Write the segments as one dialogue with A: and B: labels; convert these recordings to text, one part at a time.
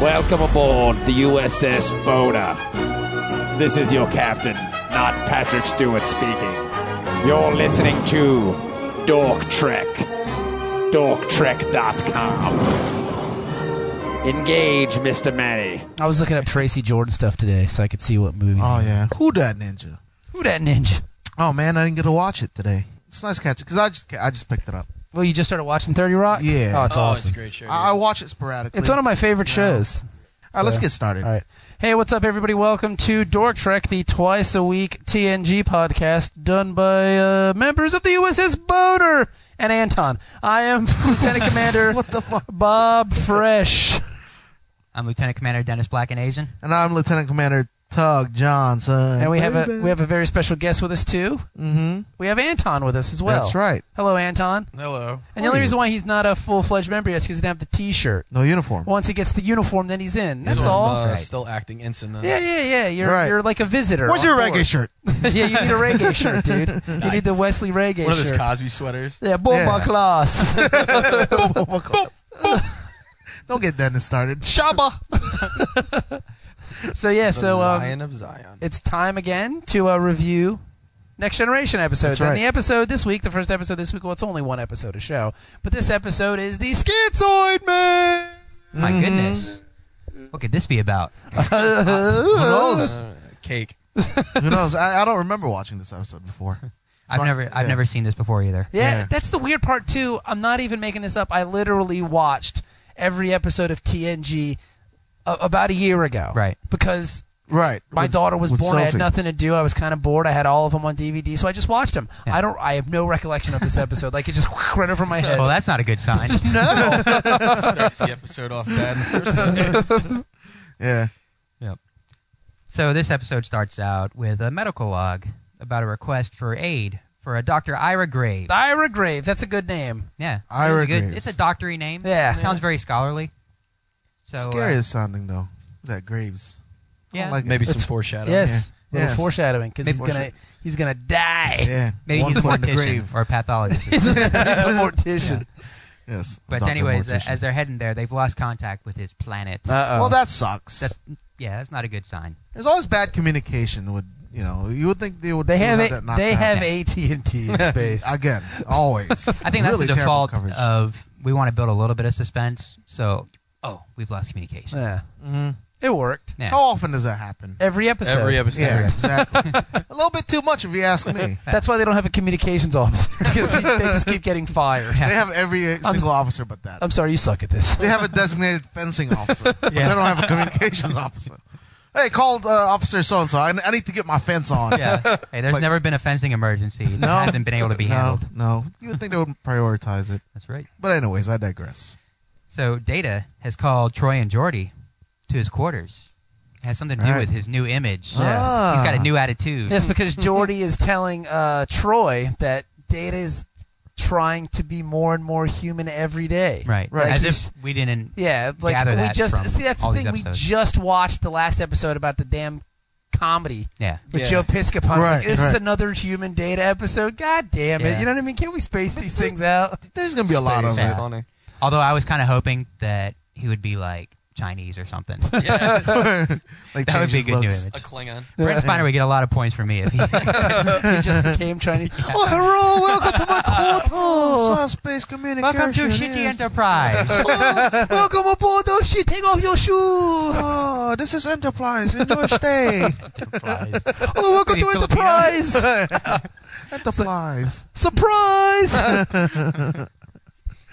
A: Welcome aboard the USS Boda. This is your captain, not Patrick Stewart speaking. You're listening to Dork Trek. DorkTrek.com. Engage, Mr. Manny.
B: I was looking up Tracy Jordan stuff today so I could see what movies.
C: Oh
B: he was-
C: yeah, who that ninja?
B: Who that ninja?
C: Oh man, I didn't get to watch it today. It's nice catch because I just ca- I just picked it up.
B: Well, you just started watching Thirty Rock.
C: Yeah.
B: Oh, it's
D: oh,
B: awesome.
D: it's a great show.
C: I, I watch it sporadically.
B: It's one of my favorite shows.
C: All right, let's
B: so-
C: get started.
B: All right. Hey, what's up, everybody? Welcome to Dork Trek, the twice a week TNG podcast done by uh, members of the USS Boater and Anton. I am Lieutenant Commander
C: What the fuck?
B: Bob Fresh.
E: I'm Lieutenant Commander Dennis Black and Asian.
C: And I'm Lieutenant Commander Tug Johnson.
B: And we have a we have a very special guest with us too.
C: Mm-hmm.
B: We have Anton with us as well.
C: That's right.
B: Hello, Anton.
D: Hello.
B: And the only reason why he's not a full fledged member yet is because he didn't have the T-shirt.
C: No uniform.
B: Once he gets the uniform, then he's in. That's
D: I'm,
B: all.
D: uh, Still acting ensign. Though.
B: Yeah, yeah, yeah. You're
C: Right.
B: you're like a visitor.
C: Where's
B: on
C: your
B: board.
C: reggae shirt?
B: yeah, you need a reggae shirt, dude. You need the Wesley reggae
D: One of
B: shirt.
D: those Cosby sweaters.
B: yeah, bomba
C: Yeah.
B: class.
C: Don't get Dennis started.
B: Shaba. so yeah,
D: The
B: so um,
D: Lion of Zion.
B: it's time again to uh, review Next Generation episodes.
C: That's right.
B: And the episode this week, the first episode this week, well, it's only one episode a show, but this episode is the Schizoid Man.
E: My
C: Mhm.
E: goodness. What could this be about?
C: Who knows?
D: Uh, cake.
C: Who knows? I, I don't remember watching this episode before.
E: I've
C: my-
E: never I've
C: yeah.
E: never seen this before either.
B: Yeah,
C: Yeah.
B: that's the weird part too. I'm not even making this up. I literally watched every episode of TNG a- about a year ago.
E: Right.
B: Because
C: Right.
B: my
C: With-
B: daughter was
C: with
B: born. I had
C: Sophie.
B: nothing to do. I was kind of bored. I had all of them on DVD, so I just watched them.
E: Yeah.
B: I don't. I have no recollection of this episode. like it just right over my head.
E: Well, that's not a good sign.
D: Starts the episode off bad. In the first minute.
C: Yeah.
E: so this episode starts out with a medical log about a request for aid for a Dr. Ira Graves.
B: Ira Graves. That's a good name.
E: yeah, it was
C: Ira
E: a good,
C: Graves.
E: It's a doctory name.
B: Yeah.
E: sounds very scholarly. So uh,
C: Scary is sounding though. That Graves. I don't
E: yeah,
C: like it.
D: Maybe some foreshadowing.
B: yes.
C: yeah.
B: Little
C: Yes.
B: foreshadowing because he's
C: Maybe-
B: gonna he's gonna die.
C: Yeah.
E: maybe
C: One
E: he's a
C: foot in the
E: mortician
C: grave.
E: or a pathologist.
B: he's, a, he's a mortician.
C: Yes.
E: but
C: Dr.
E: anyways, uh,
C: Mortician.
E: as they're heading there, they've lost contact with his planet.
B: Uh oh.
C: well, that sucks.
E: that's yeah, that's not a good sign.
C: There's always bad communication. With you know, you would think they would.
B: they
C: would
B: have
C: that
B: it.
C: knocked
B: They
C: out.
B: have AT and T in space.
C: again. Always.
E: I think that's
C: Really
E: the
C: terrible
E: default uh,
C: coverage.
E: of we want to build a little bit of suspense. So, oh, we've lost communication.
B: yeah.
C: Mhm.
B: It worked.
E: Yeah.
C: How often does that happen?
B: Every episode.
D: Every episode.
C: Yeah, exactly. a little bit too much, if you ask me.
B: That's why they don't have a communications officer because they just keep getting fired.
C: They have every single officer but that.
B: I'm sorry, you suck at this.
C: They have a designated fencing officer, but
E: Yeah.
C: they don't have a communications officer. Hey, called uh, Officer So and So. I I need to get my fence on.
E: Yeah. Hey, there's
C: Like-
E: never been a fencing emergency that
C: No.
E: hasn't been able to be
C: No,
E: handled.
C: no. You would think they would prioritize it.
E: That's right.
C: But anyways, I digress.
E: So Data has called Troy and Geordi to his quarters. It has something to do
C: Right.
E: with his new image.
B: Yes.
C: Ah.
E: He's got a new attitude.
B: Yes, because Jordy is telling uh, Troy that Data is trying to be more and more human every day.
E: Right.
C: Right.
E: As
B: He's-
E: if we didn't.
B: Yeah, like
E: Gather
B: we
E: that
B: just
E: from
B: see that's the
E: all these
B: thing. We
E: episodes.
B: just watched the last episode about the damn comedy
E: Yeah.
B: with
D: Yeah.
B: Joe Piscopo.
C: Right,
B: this is
C: right.
B: another human Data episode. God damn it!
E: Yeah.
B: You know what I mean? Can't we space these things out?
C: Ah. There's going to be a lot of
D: Space.
C: it.
D: Funny.
E: Although I was kind of hoping that he would be like Chinese or something.
C: Like
E: that would be a
C: changes
E: good new
C: looks.
E: image.
D: A Klingon.
E: Brent Spiner would get a lot of points for me if he.
B: It just became Chinese.
C: Oh, hello, welcome to my courtroom. Space Oh, communication.
E: Welcome to Shitty
C: yes.
E: Enterprise.
B: Welcome aboard, oh shit! Take off your shoe.
C: Oh, this is Enterprise. Enjoy your stay.
E: Enterprise.
B: Oh, welcome
E: Any
B: to
E: Filipino?
B: Enterprise!
C: Enterprise.
B: Surprise!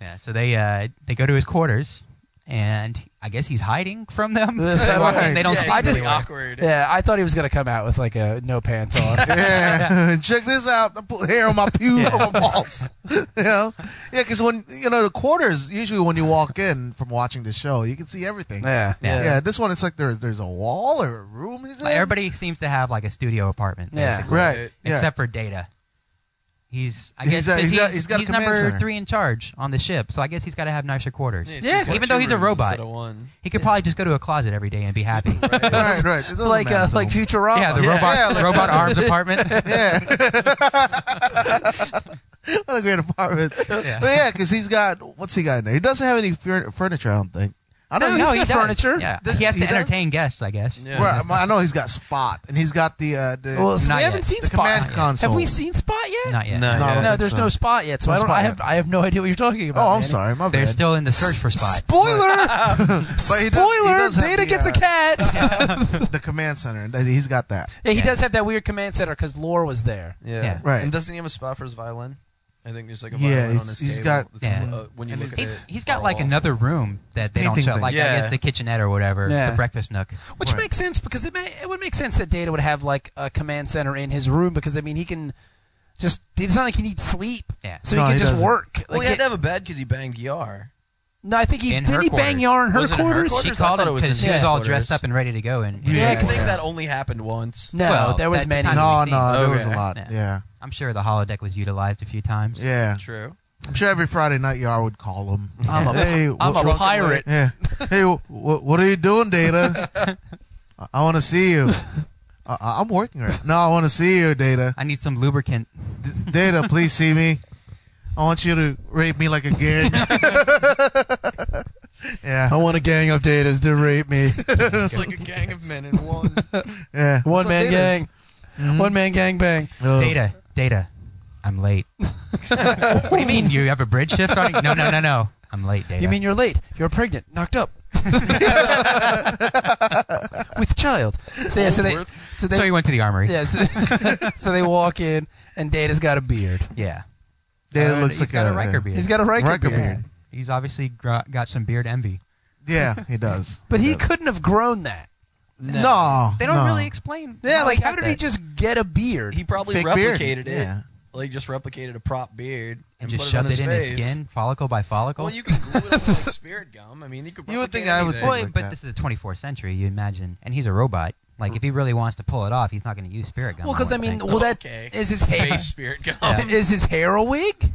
E: Yeah, so they uh, they go to his quarters, and I guess he's hiding from them.
B: That's
E: they, walk in,
C: right.
E: they don't
D: yeah,
E: see
B: I
D: I
B: just-
D: just
E: him.
D: awkward.
B: yeah, I thought he was gonna come out with like a no pants on.
C: Yeah, check this out. I put hair on my pube, on my balls. you know, yeah, because when you know the quarters, usually when you walk in from watching the show, you can see everything.
B: yeah.
C: yeah.
E: Yeah.
C: this one it's like there's there's a wall or a room. Is it?
E: Like, everybody seems to have like a studio apartment,
B: Yeah.
E: basically,
C: right? Yeah.
E: except for Data. He's I
C: He's
E: guess
C: a-
E: 'cause
C: he's got-
E: he's,
C: he's got a command
E: number
C: center.
E: three in charge on the ship, so I guess he's got to have nicer quarters.
D: it's
B: Yeah,
D: just
E: even
D: two
E: though he's a
D: rooms
E: robot.
D: instead of one.
E: He could probably just go to a closet every day and be happy.
C: right, right. It doesn't
B: Like uh,
C: matter.
B: like Futurama.
E: Yeah, the
C: Yeah.
E: robot
C: Yeah, like-
E: robot arms apartment.
C: yeah. what a great apartment. But yeah, because he's got what's he got in there? He doesn't have any fur- furniture, I don't think. I know
B: No,
C: he's
B: he's
C: got-
B: got furniture.
E: Yeah.
C: Does-
E: he has
C: he
E: to
C: does?
E: entertain guests, I guess.
D: Yeah.
C: Right, I know he's got Spot, and he's got the uh, the
B: Well, so
E: Not
B: we
E: yet.
B: haven't seen
C: The
B: Spot.
C: command
B: yet.
C: console.
B: Have we seen Spot yet?
E: Not yet.
C: No,
D: No,
C: I
D: yeah.
C: don't
B: No,
C: think
B: there's
C: so.
B: no Spot yet, so
C: No
B: I don't.
C: Spot
B: I have.
C: yet.
B: I have no idea what you're talking about.
C: Oh, I'm
B: Manny.
C: sorry, my
E: They're
C: bad.
E: still in the search for spot.
B: Spoiler.
C: But he does- he
B: Spoiler.
C: does have
B: Data
C: the,
B: gets
C: uh,
B: a cat.
C: the command center, and he's got that.
B: Yeah, he
E: Yeah.
B: does have that weird command center because Lore was there.
D: Yeah.
E: Yeah.
C: Right.
D: And doesn't he have a spot for his violin? I think there's like a
C: Yeah,
D: violin on
C: he's-
D: his
C: he's
D: table.
C: got-
D: that's,
E: Yeah.
D: uh, when you
C: And
D: look at
C: it's-
D: it,
E: He's, he's got
D: on
E: like
D: the wall.
E: another room that they don't
C: painting
E: show,
C: thing.
E: like I
D: Yeah.
E: guess the kitchenette or whatever,
B: Yeah.
E: the breakfast nook.
B: Which
C: Right.
B: makes sense because it, may, it would make sense that Data would have like a command center in his room because I mean he can just it's not like he needs sleep,
E: Yeah.
B: so
C: No,
B: he can
C: he
B: just
C: doesn't.
B: work. Like,
D: Well, he had
B: it-
D: to have a bed because he banged Yar.
B: no, I think he
E: In
B: did.
E: her
B: He bang
E: quarters.
B: Yar in her
D: Was it in her
B: quarters.
D: quarters?
E: She
D: I
E: called
D: thought
E: him
D: it was
E: because
D: in
E: she was
B: his
E: all
D: quarters.
E: dressed up and ready to go. And, and
C: Yeah,
D: I
B: Yeah, 'cause-
D: think that only happened once.
B: No,
E: Well,
B: there was
E: that-
B: many.
E: that time-
C: No,
E: Haven't
C: no,
E: we
D: seen-
C: there was a
D: Okay.
C: lot.
E: Yeah.
C: Yeah,
E: I'm sure the holodeck was utilized a few times.
C: yeah.
D: True.
C: I'm sure every Friday night, Yar would call him.
B: I'm a-
C: hey,
B: I'm
C: what-
B: a pirate.
C: yeah. Hey, wh- wh- what are you doing, Data? I, I want to see you. I- I- I'm working right. No, I want to see you, Data.
E: I need some lubricant.
C: D- Data, please see me. I want you to rape me like a gang. yeah,
B: want a gang of Datas to rape me.
D: It's like a gang of men in one.
C: yeah.
B: One
C: So
B: man
C: Data's-
B: gang.
C: Mhm.
D: Mm-hmm.
B: One man gang bang.
C: Ugh.
E: Data, data, I'm late. what do you mean? You have a bridge shift on? No, no, no, no. I'm late, data.
B: You mean you're late? You're pregnant, knocked up, with child. So yeah, so they,
D: Worth-
B: so they,
E: so you went to the armory?
B: yeah, so, so they walk in and Data's got a beard.
E: Yeah.
C: Data
E: Uh,
C: looks
E: he's
C: like
E: got a
C: a
E: Riker beard.
B: He's got a Riker,
C: Riker
B: beard.
C: beard.
E: He's obviously gro- got some beard envy.
C: Yeah, he does.
B: But he
C: does.
B: couldn't have grown that.
C: No,
E: They don't
C: no.
E: really explain.
B: Yeah, like
E: he
B: how
E: got
B: did he
E: that.
B: just get a beard?
D: He probably
C: Fake
D: replicated
C: beard.
D: it.
C: Yeah.
D: Like just replicated a prop beard
E: and just
D: put
E: shoved it,
D: on
E: in
D: his
E: his
D: face.
E: skin, follicle by follicle?
D: Well, you can glue it up with like spirit gum. I mean, you could.
C: You would think I
D: replicate
C: would-
D: anything.
E: Well,
C: like
E: but
C: that.
E: this is the 24th century, you imagine, and he's a robot. Like, if he really wants to pull it off, he's not going to use spirit gum.
B: well, because I
E: would
B: mean,
E: think.
B: well, that is
D: Okay.
B: his hair.
D: face spirit gum.
E: Yeah.
B: Oh, Is his hair a wig?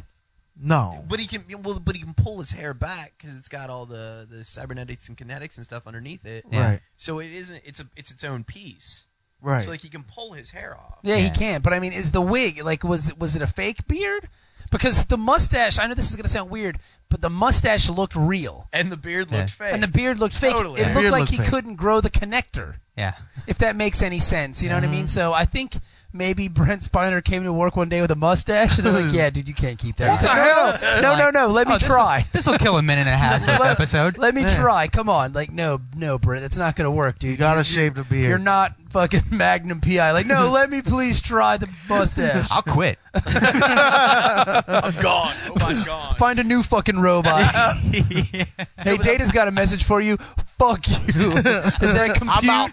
C: No.
D: But he can well, but he can pull his hair back because it's got all the, the cybernetics and kinetics and stuff underneath it.
E: Yeah.
C: Right.
D: So it isn't. It's a it's its own piece.
C: Right.
D: So like he can pull his hair off.
B: Yeah, he
E: Yeah.
B: can. But I mean, is the wig like was was it a fake beard? Because the mustache, I know this is gonna sound weird, but the mustache looked real,
D: And the beard
E: Yeah.
D: looked fake.
B: and the beard looked fake.
D: Totally.
B: It
D: The
B: looked
C: beard
B: like
C: looked
B: he
C: fake.
B: couldn't grow the connector,
E: yeah.
B: if that makes any sense. You know what I
E: Mm-hmm.
B: mean? So I think maybe Brent Spiner came to work one day with a mustache, and they're like, "Yeah, dude, you can't keep that."
C: What the
B: He's like, no,
C: hell?
B: no,
E: Like,
B: no, no. Let me
E: oh, this'll-
B: try.
E: This will kill a minute and a half of the
B: Let-
E: episode.
B: Let me
C: Yeah.
B: try. Come on. Like, no, no, Brent, that's not gonna work, dude.
C: You gotta shave the beard.
B: You're not fucking Magnum PI. Like, no, let me please try the mustache.
E: I'll quit.
D: I'm gone. Oh my god.
B: Find a new fucking robot. hey, Data's got a message for you. Fuck you. Is that compute?
C: I'm out.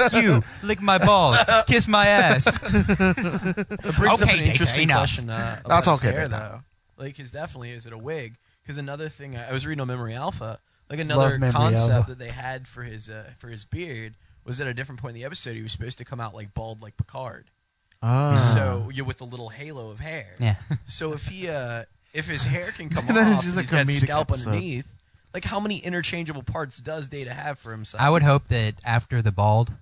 E: Fuck you. Lick my balls. Kiss my ass.
D: It brings up
E: Okay,
D: an
E: Data,
D: interesting
E: enough.
D: question. Uh, about
C: That's
D: his
C: okay,
D: Hair,
C: Data.
D: though. Like, his definitely is it a wig? Because another thing I, I was reading on Memory Alpha, like another
B: Memory
D: concept
B: Alpha.
D: that they had for his uh, for his beard was at a different point in the episode he was supposed to come out like bald like Picard.
C: Ah.
D: So you with the little halo of hair.
E: Yeah.
D: So if he uh, if his hair can come
C: That is
D: off,
C: just
D: he's
C: a
D: got
C: comedic
D: scalp
C: episode.
D: underneath. Like how many interchangeable parts does Data have for himself?
E: I would hope that after the bald,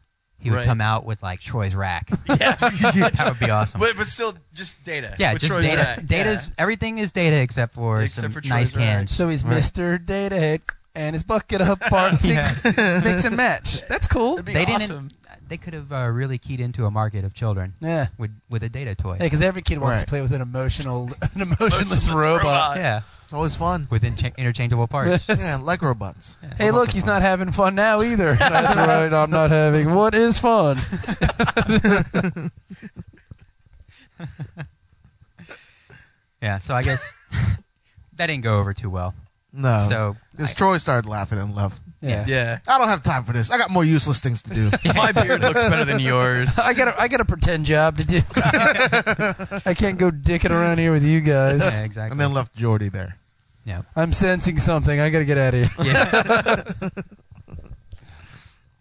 E: he would
D: Right.
E: come out with, like, Troy's rack.
D: Yeah.
E: that would be awesome.
D: but but still just Data.
E: yeah,
D: with
E: just
D: Troy's
E: data.
D: back.
E: Data's, Everything is data except for
D: Except
E: some
D: for
E: nice
D: Troy's rack.
E: cans.
B: So he's
E: Right.
B: Mr. Data Head and his bucket of part six. Mix and match. That's cool.
D: That'd be
E: They
D: awesome.
E: didn't. They could have uh, really keyed into a market of children
B: Yeah.
E: with with a data toy.
B: Yeah, because every kid wants
C: Right.
B: to play with an emotional, an emotionless
D: Emotionless
B: robot.
D: robot.
E: yeah,
C: It's always fun.
E: with incha- interchangeable parts.
C: Yeah, like robots.
B: Hey, look, he's not having fun now either. That's right, I'm not having. What is fun?
E: yeah, so I guess that didn't go over too well.
B: Oh.
C: No.
E: so
C: Because
E: I-
C: Troy started laughing and left.
B: Yeah.
D: Yeah.
C: I don't have time for this. I got more useless things to do.
D: My beard looks better than yours.
B: I got a, I got a pretend job to do. I can't go dicking around here with you guys.
E: yeah, exactly.
C: and then left Jordy there.
E: yeah.
B: I'm sensing something. I got to get out of here.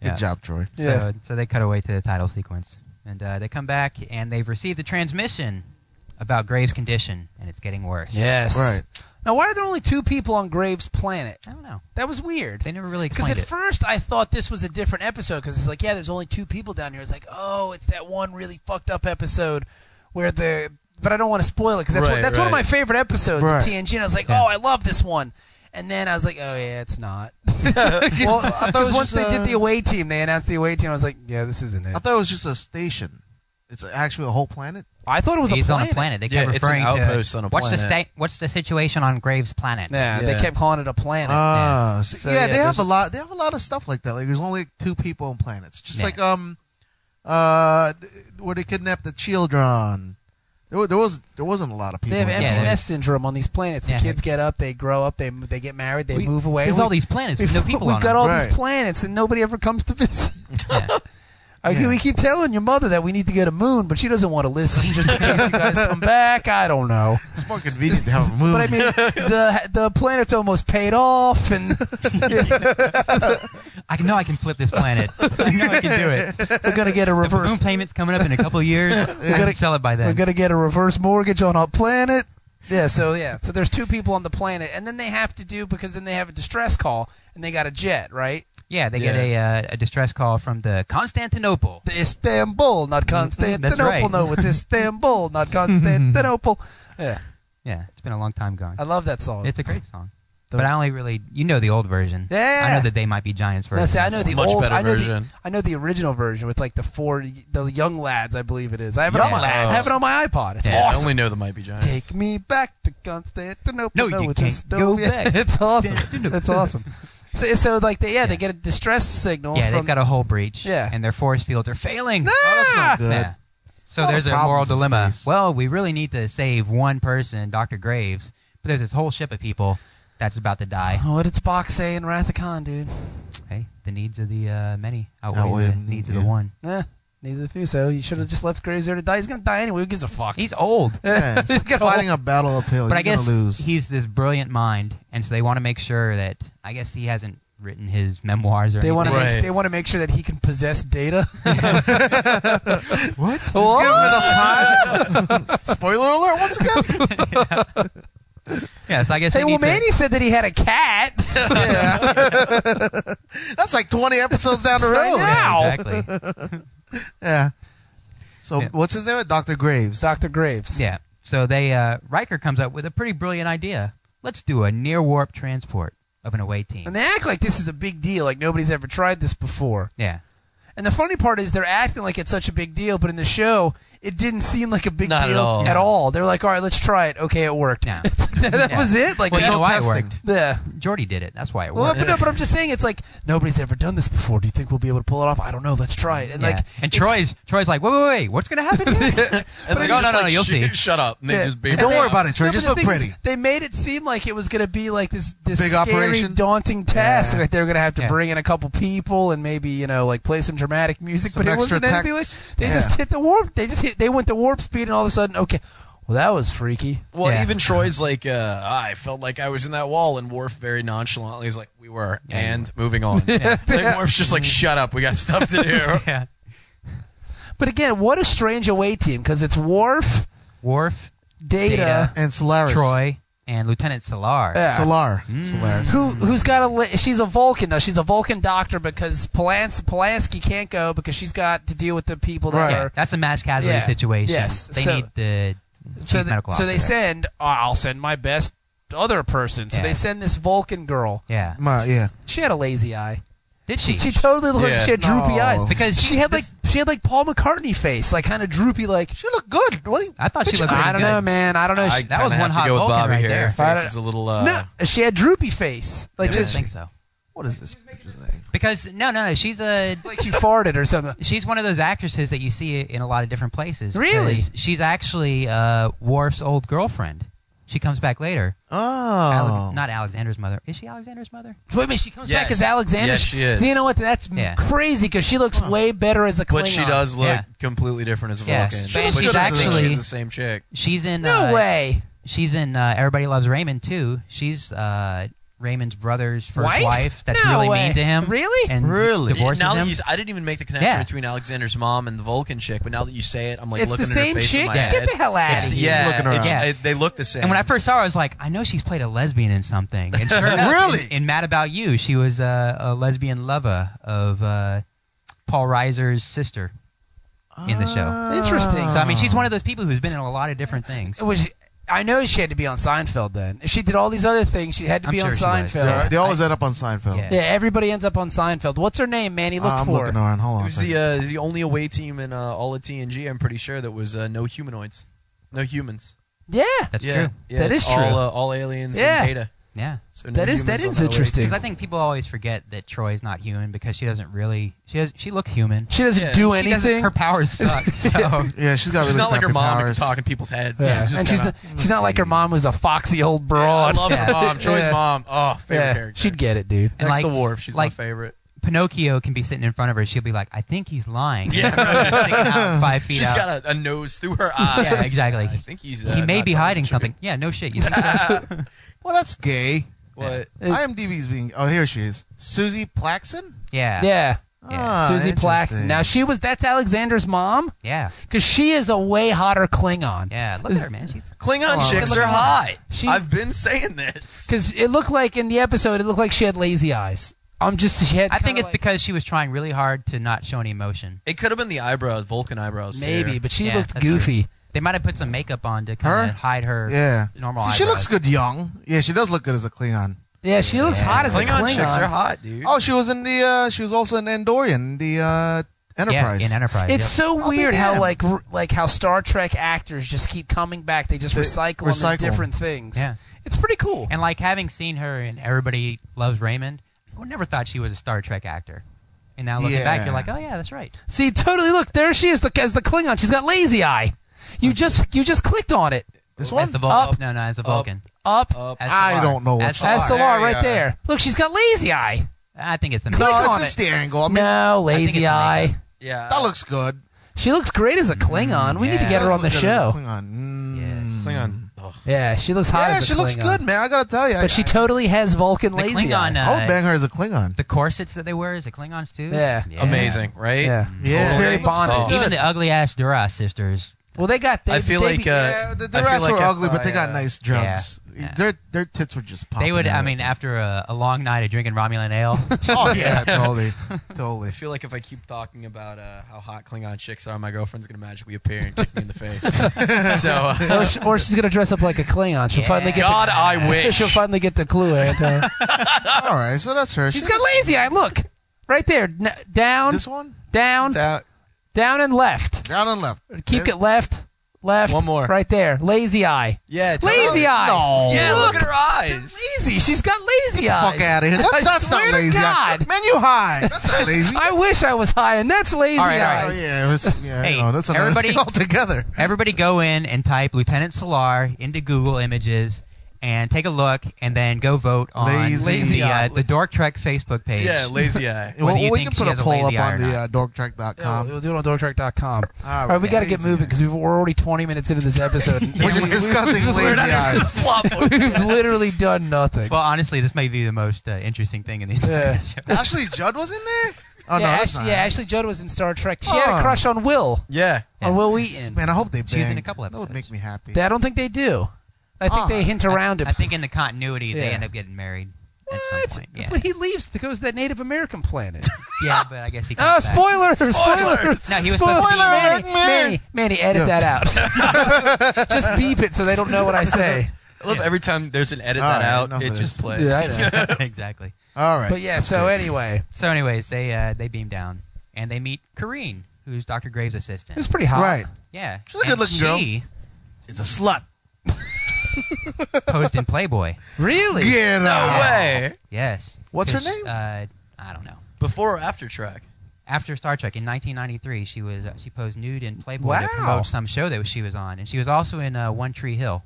E: yeah.
C: Good job, Troy.
E: So,
B: Yeah.
E: so they cut away to the title sequence, and uh, they come back, and they've received a transmission about Graves' condition, and it's getting worse.
B: Yes.
C: Right.
B: Now, why are there only two people on Graves' planet?
E: I don't know.
B: That was weird.
E: They never really
B: Because
E: explained
B: at
E: it.
B: first I thought this was a different episode because it's like, yeah, there's only two people down here. It's like, oh, it's that one really fucked up episode where the. But I don't want to spoil it because that's, one-
D: Right,
B: that's one of
D: right.
B: my favorite episodes
C: Right.
B: of TNG. And I was like,
E: Yeah.
B: oh, I love this one. And then I was like, oh, yeah, it's not.
C: Well, I thought it was
B: Because once
C: just
B: they did
C: a-
B: the away team, they announced the away team. I was like, yeah, this isn't it.
C: I thought it was just a station. It's actually a whole planet.
B: I thought it was
E: It's
B: a
E: on
B: planet.
E: a planet. They
D: Yeah,
E: kept
D: it's an
E: referring to
D: outpost on a
E: what's the
D: planet.
E: state? What's the situation on Graves' planet?
B: Yeah,
D: Yeah.
B: they kept calling it a planet.
C: Ah, see-
B: So,
C: yeah,
B: yeah,
C: they have
B: there's a-
C: a lot. They have a lot of stuff like that. Like there's only two people on planets, just
E: Yeah.
C: like um, uh, d- where they kidnapped the children. There, wa- there was there wasn't a lot of people.
B: they have
C: on
E: Yeah,
B: empty
E: they-
B: nest syndrome on these planets. The
E: Yeah.
B: kids get up, they grow up, they they get married, they
E: We-
B: move away.
E: There's
B: We-
E: all these planets with no people
B: we've
E: on
B: got
E: them.
B: all
C: Right.
B: these planets and nobody ever comes to visit.
E: Yeah.
B: I,
C: Yeah.
B: We keep telling your mother that we need to get a moon, but she doesn't want to listen just in case you guys come back. I don't know.
C: It's more convenient to have a moon.
B: But I mean, the the planet's almost paid off, and
E: I know I can flip this planet. I know I can do it.
B: we're gonna get a
E: The balloon
B: reverse.
E: payment's coming up in a couple of years. We're
B: gonna-
E: gonna sell it by
B: We're
E: then.
B: gonna get a reverse mortgage on our planet. Yeah. So yeah. So there's two people on the planet, and then they have to do because then they have a distress call, and they got a jet, right?
E: Yeah, they get a, uh, a distress call from the Constantinople.
B: The Istanbul, not Constantinople.
E: right.
B: No, it's Istanbul, not Constantinople. yeah,
E: Yeah, it's been a long time gone.
B: I love that song.
E: It's a great song,
B: The-
E: but I only really you know the old version.
B: Yeah.
E: I know that they might be giants version.
B: No, see, I know the
D: Much
B: old,
D: better
B: I know the-
D: version.
B: I know the original version with like the four, the young lads, I believe it is. I have it on
E: Young
B: my,
D: lads.
B: I have it on my iPod. It's
E: Yeah,
D: I
B: awesome.
D: only know that might be giants.
B: Take me back to Constantinople.
E: No, you
B: it's
E: can't
B: Estonia.
E: go back.
B: it's awesome. it's awesome. So, so like, they, yeah, they get a distress signal.
E: yeah,
B: from,
E: they've got a whole breach.
B: Yeah.
E: and their forest fields are failing. Oh,
B: Ah!
C: good.
E: Yeah. So
C: lot
E: there's
C: of
E: a moral
C: problems in
E: dilemma.
C: space.
E: Well, we really need to save one person, Dr. Graves, but there's this whole ship of people that's about to die.
B: Oh, what it's Bach say in Wrath of Khan, dude?
E: Hey, the needs of the uh, many outweigh
C: Outweigh
E: the
C: the need,
E: needs of
C: yeah.
E: the one.
B: Eh, needs a few. So you should have just left Graves there to die. He's gonna die anyway. Who gives a fuck?
E: He's old,
C: yeah, it's
B: Get a
C: fighting a battle uphill.
E: but
C: You're
E: I guess
C: gonna lose.
E: he's this brilliant mind, and so they want to make sure that I guess he hasn't written his memoirs or
B: They want to
E: anything.
D: Right.
B: make, they want to make sure that he can possess data.
E: What?
B: What?
C: Give him enough time. Spoiler alert! Once again,
E: Yeah, so I guess
B: Hey,
E: they need
B: well,
E: to-
B: Manny said that he had a cat.
C: that's like twenty episodes down the
B: know.
C: road.
E: Yeah,
B: Ow.
E: exactly.
C: Yeah. So
E: Yeah.
C: what's his name? Doctor Graves.
B: Dr. Graves.
E: Yeah. So they uh, Riker comes up with a pretty brilliant idea. Let's do a near warp transport of an away team.
B: And they act like this is a big deal, like nobody's ever tried this before.
E: yeah.
B: And the funny part is they're acting like it's such a big deal, but in the show, it didn't seem like a big
D: Not at
B: deal
D: all.
B: at all. They're like, all right, let's try it. Okay, it worked.
E: No.
B: that
E: Yeah.
B: was it. Like,
E: well, you
B: that-
E: know why it
C: testing.
E: worked?
B: yeah.
E: Jordy did it. That's why it
B: Well,
E: worked.
B: but no, but I'm just saying, it's like nobody's ever done this before. Do you think we'll be able to pull it off? I don't know. Let's try it. And
E: Yeah.
B: like,
E: and
B: it's-
E: Troy's Troy's like, wait, wait, wait, what's gonna happen? here?"
D: And
E: But
D: they
E: no,
D: just
E: no, no,
D: like,
E: you'll
D: "Shh,
E: see."
D: Shut up. And
C: Yeah.
D: they just beat
C: And
D: her
C: don't worry
D: up.
C: about it, Troy.
B: No, but
C: Just
B: the
C: look
B: thing is,
C: pretty.
B: they made it seem like it was going to be like this, this
C: Big
B: scary,
C: operation.
B: daunting task.
C: Yeah.
B: Like they were going to have to
E: Yeah.
B: bring in a couple people and maybe you know like play some dramatic music.
C: Some
B: but it
C: extra
B: wasn't anything like
C: text.
B: they
C: Yeah.
B: just hit the warp. They just hit. They went the warp speed, and all of a sudden, okay, well that was freaky.
D: Well,
E: Yeah.
D: even Troy's like, uh, I felt like I was in that wall, and Worf very nonchalantly is like, we were,
E: Yeah, you
D: and moving on.
E: Yeah.
D: Like, Worf's just like, shut up, we got stuff to do.
E: yeah.
B: But again, what a strange away team because it's Worf,
E: Worf,
B: Data,
E: Data.
C: and Solaris.
E: Troy, and Lieutenant Solar.
B: Yeah.
C: Solar.
E: Mm.
C: Solaris.
B: who who's got a li- she's a Vulcan now. She's a Vulcan doctor because Polans- Polanski can't go because she's got to deal with the people that
C: Right.
B: are
E: Yeah, that's a mass casualty
B: Yeah.
E: situation.
B: Yes.
E: They
B: So-
E: need the chief
B: so, th-
E: medical
B: so
E: officer.
B: they send "Oh, i'll send my best other person so
E: Yeah.
B: they send this vulcan girl
E: Yeah.
C: My, yeah.
B: she had a lazy eye
E: Did she?
B: she, totally looked like
D: Yeah.
B: she had droopy
C: No.
B: eyes
E: Because
B: she
E: she's
B: had like
E: this-
B: she had like paul mccartney face like kind of droopy like
C: She looked good. What do you,
E: I thought she looked
B: i
E: pretty
B: don't
E: good.
B: know man i don't know
D: I
B: she,
E: that was
D: kinda
E: one
D: have
E: hot
D: to go with
E: Vulcan
D: Bobby
E: right
D: here.
E: there.
D: Face is a little. Uh,
B: no, she had droopy face like
E: I don't
B: just
E: think so.
C: what is this?
E: Because no, no, no. She's a
B: like she farted or something
E: she's one of those actresses that you see in a lot of different places.
B: Really?
E: because She's actually uh, Worf's old girlfriend. She comes back later.
C: Oh.
E: Ale- not Alexander's mother. Is she Alexander's mother?
B: wait a minute she comes back
D: Yes.
B: as alexander
D: Yes, she is.
B: you know what that's
E: Yeah.
B: crazy because she looks way better as a Klingon.
D: But she does look
E: Yeah.
D: completely different as a
E: Yeah.
D: Vulcan.
E: She looks
D: but
E: good
D: she
E: as a
D: thinks
E: Vulcan.
D: she's the same chick.
E: She's in.
B: no
E: uh,
B: way
E: She's in uh, Everybody Loves Raymond too. She's uh, Raymond's brother's first
B: Wife?
E: wife. that's
B: No
E: really
B: way.
E: mean to him.
B: Really?
E: And
C: Really?
E: divorces
D: now
E: him.
D: that you, s- I didn't even make the connection
E: Yeah.
D: between Alexander's mom and the Vulcan chick, but now that you say it, I'm like
B: it's
D: looking
B: the
D: at her
B: same
D: face in
B: chick
D: my
B: get
D: head.
B: the hell out
E: It's
B: of
E: the-
B: here
D: yeah,
C: looking around.
D: it's-
E: Yeah.
D: it- they look the same.
E: and when I first saw her, I was like, I know she's played a lesbian in something. And sure enough,
C: Really?
E: in, in Mad About You, she was uh, a lesbian lover of uh, Paul Reiser's sister in the show.
B: Interesting.
D: Ah.
E: So I mean, she's one of those people who's been in a lot of different things.
B: Which I know she had to be on Seinfeld then. If she did all these other things, she had to
E: I'm
B: be on
E: sure she was.
B: Seinfeld.
C: They always end up on Seinfeld.
E: Yeah.
B: Yeah, everybody ends up on Seinfeld. What's her name, man? He
C: Uh,
B: looked
C: I'm
B: for.
C: looking around. Hold on.
D: It
C: a
D: was
C: second.
D: the uh, the only away team in uh, all of TNG. I'm pretty sure that was uh, no humanoids, no humans.
B: Yeah,
E: That's
D: yeah,
E: true.
D: Yeah,
B: That
D: it's
B: is
D: all,
B: true.
D: Uh, all aliens
B: Yeah.
D: and data.
E: Yeah.
D: So no
B: That is- that
D: humans
B: is
D: on away
B: interesting.
D: team.
E: Because I think people always forget that Troy's not human because she doesn't really. She does. She looks human.
B: she doesn't
D: Yeah,
B: do
E: She doesn't-
B: anything.
E: her powers suck. So
C: yeah, she's got
D: She's
C: really
D: not like her
C: crappy
D: mom and
C: powers.
D: can talk in people's heads.
B: yeah.
D: She's just
B: and she's
D: kinda-
B: not, she's not like her mom was a foxy old broad.
D: Yeah, I love her
E: Yeah.
D: mom. Troy's
B: Yeah.
D: mom. Oh, favorite
B: Yeah,
D: character.
B: she'd get it, dude.
E: And
D: Next
E: like-
D: to Worf, she's
E: like-
D: my favorite.
E: Pinocchio can be sitting in front of her. She'll be like, "I think he's lying." Yeah. out five feet
D: She's
E: out.
D: got a, a nose through her eye.
E: Yeah, exactly.
D: Uh, I think he's. Uh,
E: he may
D: not
E: be
D: done.
E: hiding
D: Should
E: something. Yeah. No shit. You think so?
C: Well, that's gay.
D: What?
B: It-
C: IMDb's being. Oh, here she is. Susie Plaxton.
E: Yeah.
B: Yeah.
E: Yeah.
C: Ah,
B: Susie Plaxton.
C: interesting.
B: Now she was that's Alexander's mom
E: Yeah.
B: because she is a way hotter Klingon.
E: Yeah. Look at her, man. She's
D: Klingon
E: Oh,
D: chicks
E: look at
D: are
E: her.
D: hot.
B: She-
D: I've been saying this.
B: Because it looked like in the episode, it looked like she had lazy eyes. I'm just she had.
E: I think
B: kinda
E: it's
B: like-
E: because she was trying really hard to not show any emotion.
D: It could have been the eyebrows, Vulcan eyebrows.
B: maybe,
D: Sarah.
B: but she
E: Yeah,
B: looked
E: that's true.
B: goofy.
E: They might have put some makeup on to kind
C: Her?
E: of hide her
C: Yeah.
E: normal
C: See, she
E: eyebrows.
C: looks good young. Yeah, she does look good as a Klingon.
B: Yeah, she looks
E: Yeah.
B: hot as
D: Klingon,
B: a Klingon.
D: chicks are hot, dude.
C: Oh, she was in the. Uh, she was also in Andorian, the uh, Enterprise.
E: Yeah, in Enterprise.
B: It's
E: yep.
B: so weird how
C: damned.
B: like r- like how Star Trek actors just keep coming back. They just
C: They
B: recycle, them as
C: recycle.
B: different things.
E: Yeah.
B: it's pretty cool.
E: And like having seen her in Everybody Loves Raymond, I never thought she was a Star Trek actor. And now looking back,
C: Yeah.
E: you're like, oh yeah, that's right.
B: See, totally. Look, there she is, the, as the Klingon. She's got lazy eye. You just you just clicked on it.
C: This
E: That's
C: one.
E: the Vulcan.
B: Up.
E: No, no, it's a Vulcan.
B: Up,
D: Up.
E: SLR.
C: I don't know what-
E: SLR.
B: that's the law
D: There you
B: right
D: are.
B: there. Look, she's got lazy eye.
E: I think it's a
C: no,
B: Click
C: it's
B: on
C: just
B: it.
C: the angle. I mean,
B: no,
E: I think it's
B: lazy
E: the
B: eye.
E: makeup.
D: yeah.
C: that looks good.
B: She looks great as a Klingon. we need to
E: yeah.
B: get her
C: Does
B: on the
C: look good as a
B: show.
C: Klingon. Mm.
E: Yeah.
D: Klingon. Ugh.
B: Yeah, she looks hot
C: Yeah,
B: as a
C: she looks
B: Klingon.
C: good, man. I gotta tell you. I,
B: But she totally has Vulcan
E: The
B: lazy
E: Klingon.
B: eye.
C: I would
E: Uh,
C: bang her as a Klingon.
E: the corsets that they wear is the Klingons too.
B: Yeah.
D: Amazing, right?
B: Yeah.
C: Yeah.
B: It's very
D: Totally.
B: bonded.
D: Oh.
E: Even the ugly ass Duras sisters.
B: Well, they got. They,
D: I feel
B: they
D: like,
B: be-
D: uh,
C: yeah, the
D: I feel
C: Duras
D: like
C: were
D: if
C: ugly, but they
D: I,
C: got
D: uh,
C: nice drums.
E: yeah.
C: Their their tits were just popping.
E: They would.
C: out.
E: I mean, after a, a long night of drinking Romulan ale.
C: oh yeah, totally, totally.
D: I feel like if I keep talking about uh, how hot Klingon chicks are, my girlfriend's gonna magically appear and kick me in the face. so, uh,
B: or, sh- or she's gonna dress up like a Klingon. She'll
E: Yeah.
B: finally get.
D: God, I
B: the,
D: wish.
B: she'll finally get the clue. Anton.
C: All right, so that's her.
B: she's
C: She-
B: got lazy eye. Look, right there. N- down,
C: this one
B: down,
D: Down-
B: down, and left.
C: down and left.
B: Keep it left, left.
D: One more. oh,
B: Right there. Lazy eye.
D: yeah, totally.
B: Lazy eye.
C: No.
D: Yeah, look
B: Look.
D: at her eyes.
B: Lazy. She's got lazy eyes.
C: Fuck out of here.
B: I
C: That's, that's
B: swear
C: not
B: to
C: lazy. eye.
B: God.
C: Man, you high. That's not lazy.
B: I wish I was high, and that's lazy
E: All right, all
B: eyes.
C: Oh, yeah, it was, yeah,
E: Hey,
C: I know, that's another
E: everybody-
C: thing altogether.
E: Everybody go in and type Lieutenant Solar into Google Images and take a look and then go vote on
C: Lazy
E: the, uh,
C: eye.
E: the Dork Trek Facebook page.
D: Yeah, lazy eye.
E: Whether
C: Well,
E: you
C: we
E: think
C: can
E: she
C: put a
E: has a
C: poll up
E: lazy eye or
C: on the
E: not.
C: uh,
B: Yeah,
C: dorktrek.com.
B: we'll do it on DorkTrek.com.
C: Ah,
B: All right, we got to
C: lazy
B: get moving
C: eye.
B: because we're already 20 minutes into this episode.
C: We're just discussing
D: We're
C: lazy
D: not even
C: eyes.
D: flop.
B: We've literally done nothing.
E: Well, honestly, this may be the most uh, interesting thing in the entire
B: Yeah.
E: show.
C: Ashley Judd was in there? Oh, no,
B: yeah,
C: that's
B: Ash-
C: not
B: yeah,
C: her.
B: Ashley Judd was in Star Trek. She had a
C: Oh.
B: crush on Will,
D: Yeah.
E: Yeah.
B: on Will Wheaton.
C: Man, I hope they bang.
E: She was in a couple
C: That would
E: episodes.
C: make me happy.
B: I don't think they do. Oh, I think
C: Ah,
B: they hint around
E: I,
B: it.
E: I think in the continuity,
B: Yeah.
E: they end up getting married
B: what?
E: at some point. Yeah.
B: But he leaves to goes to that Native American planet.
E: yeah, but I guess he.
B: oh,
E: comes back.
B: spoilers! Spoilers!
E: No, he
B: spoilers.
E: was supposed to be-
B: Manny,
C: Spoiler alert,
B: Manny,
C: man.
B: Manny, edit
C: Yeah.
B: that out. Just beep it so they don't know what I say.
D: I love every time there's an edit
C: All
D: that
C: right,
D: out,
C: enough
D: it
C: of
D: just
C: this.
D: plays.
B: Yeah, I know.
E: exactly.
C: All right.
B: But yeah, so anyway,
E: So, anyways, they uh, they beam down and they meet Corrine, who's Doctor Graves'
B: it was
E: assistant.
B: pretty hot.
C: Right.
E: Yeah,
C: She's a
E: And
C: good-looking girl.
E: she
C: It's a slut.
E: posed in Playboy.
B: Really?
C: Get
D: No
C: out.
D: way.
E: Yes.
C: What's her
E: 'Cause,
C: name?
E: Uh, I don't know.
D: Before or after track?
E: After Star Trek in 1993, she was uh, she posed nude in Playboy to
B: Wow.
E: promote some show that she was on, and she was also in uh, One Tree Hill.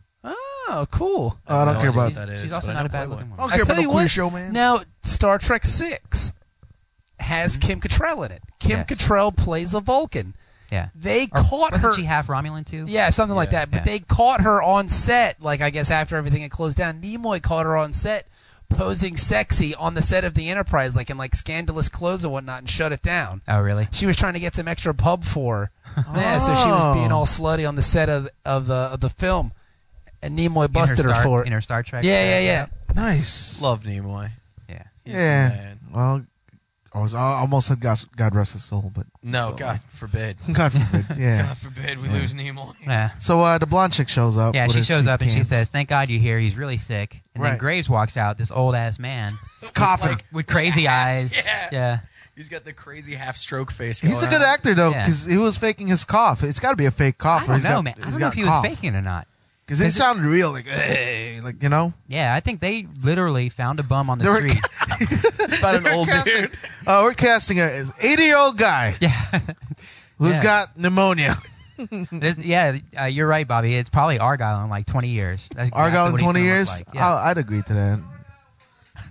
B: Oh, cool.
C: Oh, I don't
D: No
C: care
D: idea
C: about
D: what that is,
E: She's also
D: but I
E: not
D: know
E: a bad
D: Playboy.
E: looking
C: I don't
E: woman.
B: I
C: care
B: tell
C: about the
B: you
C: queer
B: what,
C: show, man.
B: Now, Star Trek Six has Kim Cattrall in it. Kim
E: Yes.
B: Cattrall plays a Vulcan.
E: Yeah.
B: They
E: Or
B: caught
E: wasn't
B: her.
E: she half Romulan too?
B: yeah, something like
D: Yeah.
B: that. But
E: Yeah.
B: they caught her on set, like I guess after everything had closed down. Nimoy caught her on set posing sexy on the set of the Enterprise, like in like scandalous clothes and whatnot, and shut it down.
E: Oh, really?
B: She was trying to get some extra pub for her. Yeah, so she was being all slutty on the set of of the of the film, and Nimoy
E: In her
B: busted her,
E: Star-
B: for it.
E: in her Star Trek.
B: yeah,
E: uh,
B: yeah, yeah.
E: yeah.
C: Nice.
D: Love Nimoy.
E: Yeah.
D: He's the
C: yeah.
D: man.
C: Well, I was I almost said God, God rest his soul, but
D: No, God forbid.
C: God forbid. Yeah.
D: God forbid we lose Nemo.
E: Yeah.
C: So uh, the blonde chick shows up.
E: Yeah,
C: with
E: she
C: her
E: shows
C: soup
E: up and she
C: cans.
E: says, "Thank God you're here. He's really sick." And then
C: Right.
E: Graves walks out, this old ass man
C: "It's coughing."
E: with crazy eyes.
D: Yeah.
E: yeah.
D: He's got the crazy half stroke face.
C: He's a
D: going
C: good
D: on.
C: actor though,
E: Yeah.
C: because he was faking his cough. It's got to be a fake cough.
E: I
C: or
E: don't
C: he's
E: know,
C: got,
E: man. I don't know if he was faking it or not.
C: because it
E: Is it-
C: sounded real, like "Hey," like you know.
E: Yeah, I think they literally found a bum on the
C: They were-
E: street.
D: It's about an old
C: casting,
D: dude.
C: Uh, we're casting a eighty-year-old guy
E: yeah.
C: who's
E: Yeah.
C: got pneumonia.
E: There's- yeah, uh, you're right, Bobby. It's probably Argyle in like 20 years. That's exactly
C: Argyle in
E: what he's
C: twenty
E: gonna look
C: years. Oh,
E: like. Yeah.
C: I, I'd agree to that.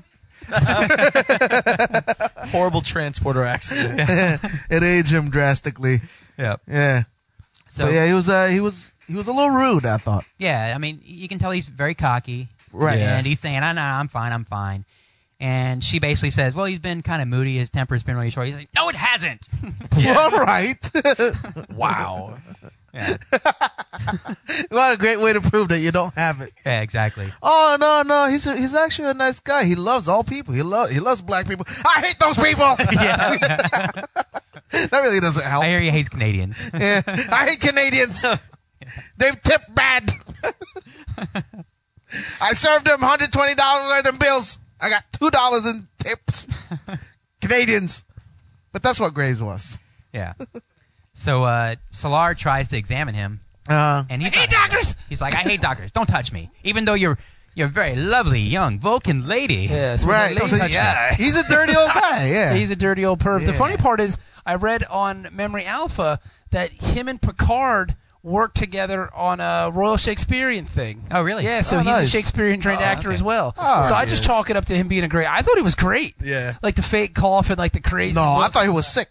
D: Horrible transporter accident.
C: It aged him drastically.
E: yeah.
C: Yeah.
E: So
C: but yeah, he was. Uh, he was. He was a little rude. I thought.
E: Yeah, I mean, you can tell he's very cocky.
C: Right.
D: Yeah.
E: And he's saying, "I know, I'm fine, I'm fine." And she basically says, "Well, he's been kind of moody. His temper's been really short." He's like, "No, it hasn't."
C: All right.
D: Wow.
E: yeah.
C: what a great way to prove that you don't have it.
E: yeah, exactly.
C: Oh no, no, he's a, he's actually a nice guy. He loves all people. He loves he loves black people. I hate those people. that really doesn't help.
E: I
C: Yeah.
E: hear he hates Canadians.
C: I, hate Canadians. They've tipped bad. I served them hundred twenty dollars worth of bills. I got two dollars in tips. Canadians, but that's what Graves was.
E: yeah. So uh, Solar tries to examine him,
C: Uh,
E: and he's hate doctors. He's like, "I hate doctors. Don't touch me, even though you're you're a very lovely young Vulcan lady."
B: Yeah, it's
C: right?
B: with that
C: So
B: lady.
C: yeah, he's a dirty old guy. Yeah,
B: He's a dirty old perv. The funny
C: Yeah.
B: part is, I read on Memory Alpha that him and Picard worked together on a Royal Shakespearean thing.
E: Oh, really?
B: Yeah, so
C: Oh,
B: he's a
C: nice.
B: Shakespearean trained
E: Oh,
B: actor
E: okay.
B: as well.
C: Oh,
B: so I
C: he
B: just
C: is.
B: chalk it up to him being a great. I thought he was great.
D: Yeah.
B: Like the fake cough and like the crazy.
C: no, I
B: look,
C: thought he was sick.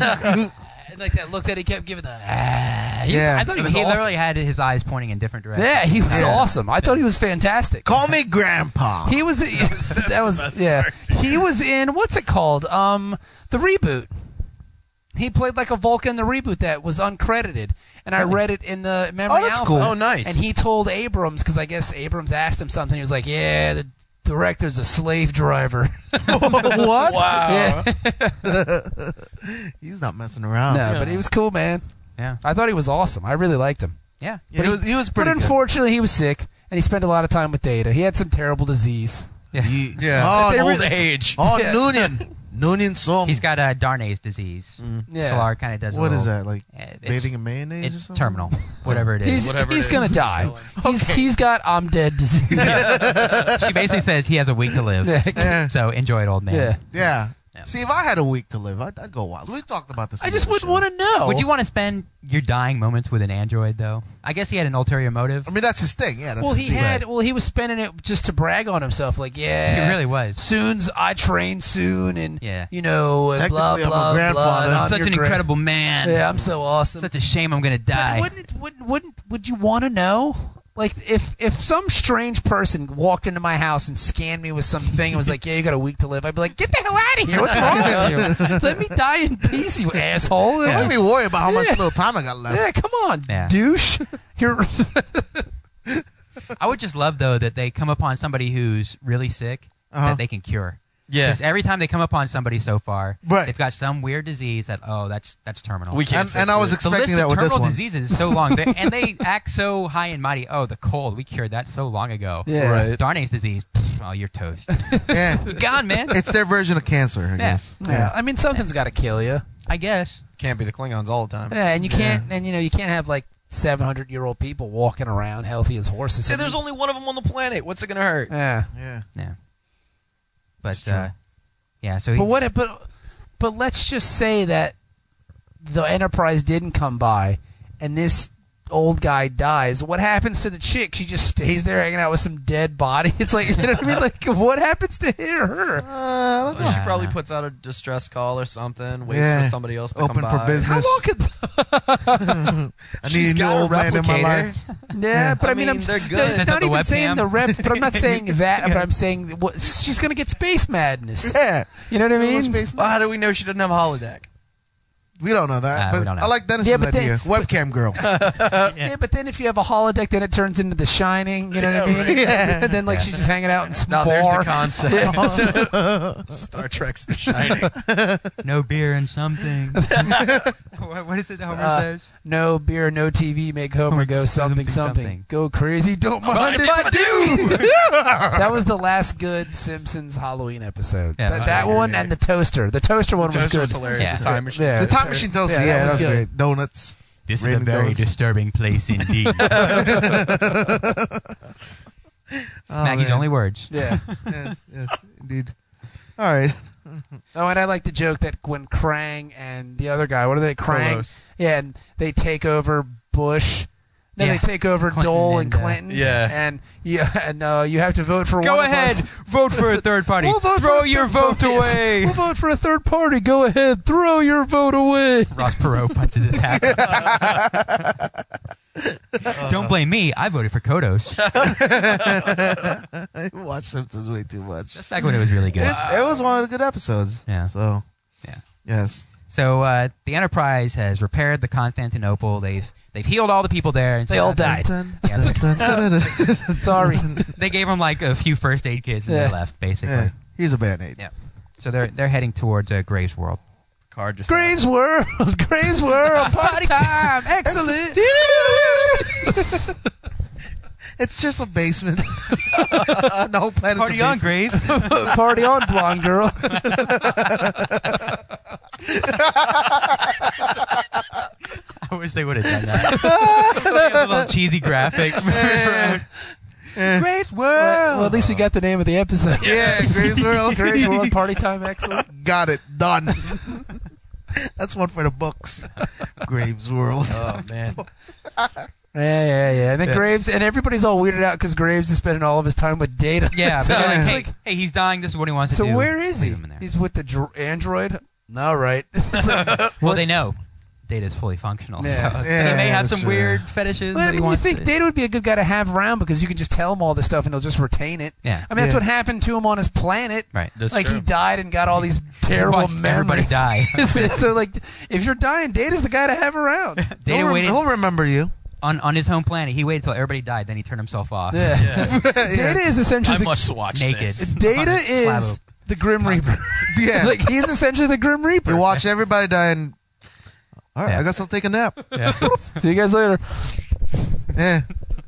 B: and, like that look that he kept giving. The, ah. He was-
C: Yeah.
B: I thought
E: He,
B: he was awesome.
E: literally had his eyes pointing in different directions.
B: yeah, he was
C: Yeah.
B: awesome. I thought he was fantastic.
C: Call me Grandpa.
B: He was that was yeah. He was in what's it called? Um, the reboot. He played like a Vulcan in the reboot that was uncredited, and I read it in the memory.
C: that's
B: Alpha.
C: cool.
D: Oh, nice.
B: And he told Abrams because I guess Abrams asked him something. He was like, "Yeah, the director's a slave driver."
C: what?
D: Wow.
B: yeah,
C: He's not messing around.
B: no, but he was cool, man.
E: yeah,
B: I thought he was awesome. I really liked him.
E: yeah.
C: Yeah, he was he was
B: But
C: pretty. good.
B: unfortunately, he was sick, and he spent a lot of time with Data. He had some terrible disease.
C: He-
D: Yeah.
C: Oh,
B: They
C: no-
B: were-
D: Old age.
C: oh
B: Yeah.
C: Noonan. Noonan song.
E: He's got uh, Darnay's disease.
B: Yeah.
E: Solar kind of does. a
C: what is
E: little-
C: that like?
E: Yeah, it's-
C: bathing in mayonnaise? or
E: It's
C: something?
E: terminal, whatever it is.
B: He's,
D: Whatever it
B: he's
D: is.
B: gonna die. He's, he's got I'm dead disease.
E: she basically says he has a week to live.
C: Yeah.
E: So enjoy it, old man.
B: Yeah.
C: Yeah.
E: Yeah.
C: See, if I had a week to live, I'd, I'd go wild. We talked about this.
B: I just wouldn't want
C: to.
B: to know.
E: Would you want to spend your dying moments with an android, though? I guess he had an ulterior motive.
C: I mean, that's his thing. Yeah. That's
B: Well,
C: his
B: he
C: thing.
B: had. Well, he was spending it just to brag on himself. Like,
E: He
B: yeah,
E: really was.
B: Soon's I train soon, and
E: Yeah.
B: you know, and blah
C: Technically, I'm
B: blah
C: a
B: blah.
C: grandfather.
B: and
C: I'm
B: I'm
E: Such
B: your
E: an
B: grand-
E: incredible man.
B: Yeah, I'm so awesome.
E: Such a shame I'm going to
B: But
E: die.
B: wouldn't wouldn't wouldn't would you want to know? Like if if some strange person walked into my house and scanned me with something and was like, "Yeah, you got a week to live," I'd be like, "Get the hell out of here! What's wrong with you? Let me die in peace, you asshole!"
C: Don't
E: Yeah.
C: make me worry about how much
B: Yeah.
C: little time I got left.
B: Yeah, come on,
E: Yeah.
B: douche. You're
E: I would just love, though, that they come upon somebody who's really sick
C: Uh-huh.
E: that they can cure.
D: Yeah.
E: 'Cause every time they come upon somebody so far,
C: Right.
E: they've got some weird disease that, oh, that's that's terminal.
D: We can't.
C: And, and I was
E: the list
C: expecting
E: of
C: that with this
E: terminal
C: one.
E: diseases is so long, They- and they act so high and mighty. Oh, the cold, we cured that so long ago.
B: Yeah. Right.
E: Darnay's disease, pff, oh, you're toast.
C: Yeah.
E: Gone, man.
C: It's their version of cancer, I
E: Yeah.
C: guess.
B: Yeah, I mean something's got to kill you.
E: I guess.
D: can't be the Klingons all the time.
B: Yeah, and you can't, and you know, you can't have like seven hundred year old people walking around healthy as horses.
D: Say there's only one of them on the planet. What's it gonna hurt?
B: yeah,
C: Yeah.
E: Yeah.
C: It's
E: But
C: true.
E: uh, yeah, so
B: but
E: he's-
B: what? But but let's just say that the Enterprise didn't come by, and this old guy dies. What happens to the chick? She just stays there hanging out with some dead body. It's like you know what I mean. Like what happens to her?
C: Uh, I don't know.
D: She
E: Yeah.
D: probably puts out a distress call or something. Waits
C: Yeah.
D: for somebody else to
C: Open
D: come
C: for
D: by.
C: business.
B: How long could?
C: I need
D: She's
C: a new
D: got a
C: old man in my
D: replicator.
C: life.
B: Yeah, but I,
D: I
B: mean,
D: mean,
B: I'm
D: they're
B: no,
D: good.
B: it's
E: Sets up
B: not
E: the
B: even
E: webcam.
B: saying the rep, but I'm not saying that. But I'm saying that what, she's gonna get space madness.
C: Yeah.
B: You know what I
C: It
B: mean?
C: was based-
D: Well, how do we know she doesn't have a holodeck?
C: We don't know that.
E: Uh,
C: but
E: we don't know.
C: I like Dennis's
B: Yeah, but
C: idea.
B: then-
C: Webcam girl.
B: Yeah. but then if you have a holodeck, then it turns into The Shining. You know what I mean? and then like she's just hanging out in some
D: Now
B: bar.
D: there's the concept.
B: Yeah.
D: Star Trek's The Shining.
E: no beer and something. what, what is it that Homer
B: Uh,
E: says?
B: no beer, no TV, make Homer go something, something, Go crazy, don't mind if I do. that was the last good Simpsons Halloween episode.
E: Yeah,
B: that
E: I
B: that
D: agree.
B: one and the toaster. The toaster one was
D: Toaster
B: good.
D: was hilarious.
E: Yeah.
D: The time machine.
B: Yeah.
C: the time machine tells
B: Yeah,
C: you.
B: that
C: Yeah, that
B: was
C: was
B: good.
C: great. Donuts.
E: This is a
C: Raining
E: very
C: dogs.
E: disturbing place indeed.
C: Oh,
E: Maggie's
C: man.
E: only words.
B: Yeah.
C: yes, yes, indeed. All right.
B: Oh, and I like the joke that when Krang and the other guy, what are they, Krang?
D: Krolos.
B: Yeah, and they take over Bush. Then
E: Yeah.
B: they take over
E: Clinton
B: Dole and
E: and, uh,
B: Clinton.
D: yeah.
B: and yeah, and uh, you have to vote for
E: Go
B: one
E: ahead,
B: of us.
E: vote for a third party.
B: We'll vote
E: Throw
B: for a
E: your
B: third
E: vote
B: party.
E: away.
B: We'll vote for a third party. Go ahead, throw your vote away.
E: Ross Perot punches his hat. Don't blame me. I voted for Kodos.
C: I watch Simpsons way too much.
E: That's back when it was really good.
C: It's, it was one of the good episodes.
E: Yeah.
C: So,
E: Yeah.
C: yes.
E: So uh, the Enterprise has repaired the Constantinople. They've they've healed all the people there, and so
B: They all died.
E: that-
C: Dun,
E: Yeah, they-
C: dun, dun, dun, dun.
B: Sorry.
E: They gave them like a few first aid kits and
B: Yeah.
E: they left basically.
C: yeah. Here's a band aid.
E: Yeah. So they're they're heading towards uh, Graves World.
D: Card just
B: Graves World, Graves World, party time, excellent.
C: It's just a basement. no planet's
E: Party
C: a
E: on,
C: basement.
E: Graves.
B: party on, blonde girl.
E: I wish they would have done that. Like a little cheesy graphic. Graves World.
B: well, at least we got the name of the episode.
C: Yeah, Graves World.
B: Graves World, party time, excellent.
C: Got it done. That's one for the books. Graves World.
E: Uh,
D: Oh man.
B: Yeah, yeah, yeah. And then
E: Yeah.
B: Graves, and everybody's all weirded out because Graves is spending all of his time with Data.
E: yeah, but they're like,
B: It's
E: hey,
B: like,
E: hey, he's dying. This is what he wants
B: so
E: to do.
B: where is
E: Leave
B: he?
E: him in there.
B: He's with the dr- android. All right. It's like,
E: Well, they know data is fully functional.
B: Yeah.
E: So, so
C: Yeah,
E: they may have
C: that's
E: some
C: true.
E: weird fetishes.
B: Well, I
E: that he
B: mean, you
E: wants
B: think
E: to-
B: Data would be a good guy to have around because you can just tell him all this stuff and he'll just retain it.
E: Yeah.
B: I mean, that's
C: Yeah.
B: what happened to him on his planet.
E: Right.
D: That's
B: like
D: true.
B: he died and got all these terrible
E: Watched everybody
B: memories.
E: die.
B: so like, if you're dying, Data's the guy to have around.
E: Data
C: he'll, rem-
E: waited
C: he'll remember you.
E: on, on his home planet. He waited till everybody died, then he turned himself off.
B: Yeah.
D: Yeah.
B: Data is essentially
D: I
B: the,
D: must watch
E: Naked.
D: this.
B: Data
E: fucking slab
B: is
E: of-
B: the Grim Reaper.
C: Yeah.
B: like he's essentially the Grim Reaper.
C: You watch everybody die and. All right,
E: Yeah.
C: I guess I'll take a nap.
E: Yeah.
B: See you guys later.
C: Yeah. Eh.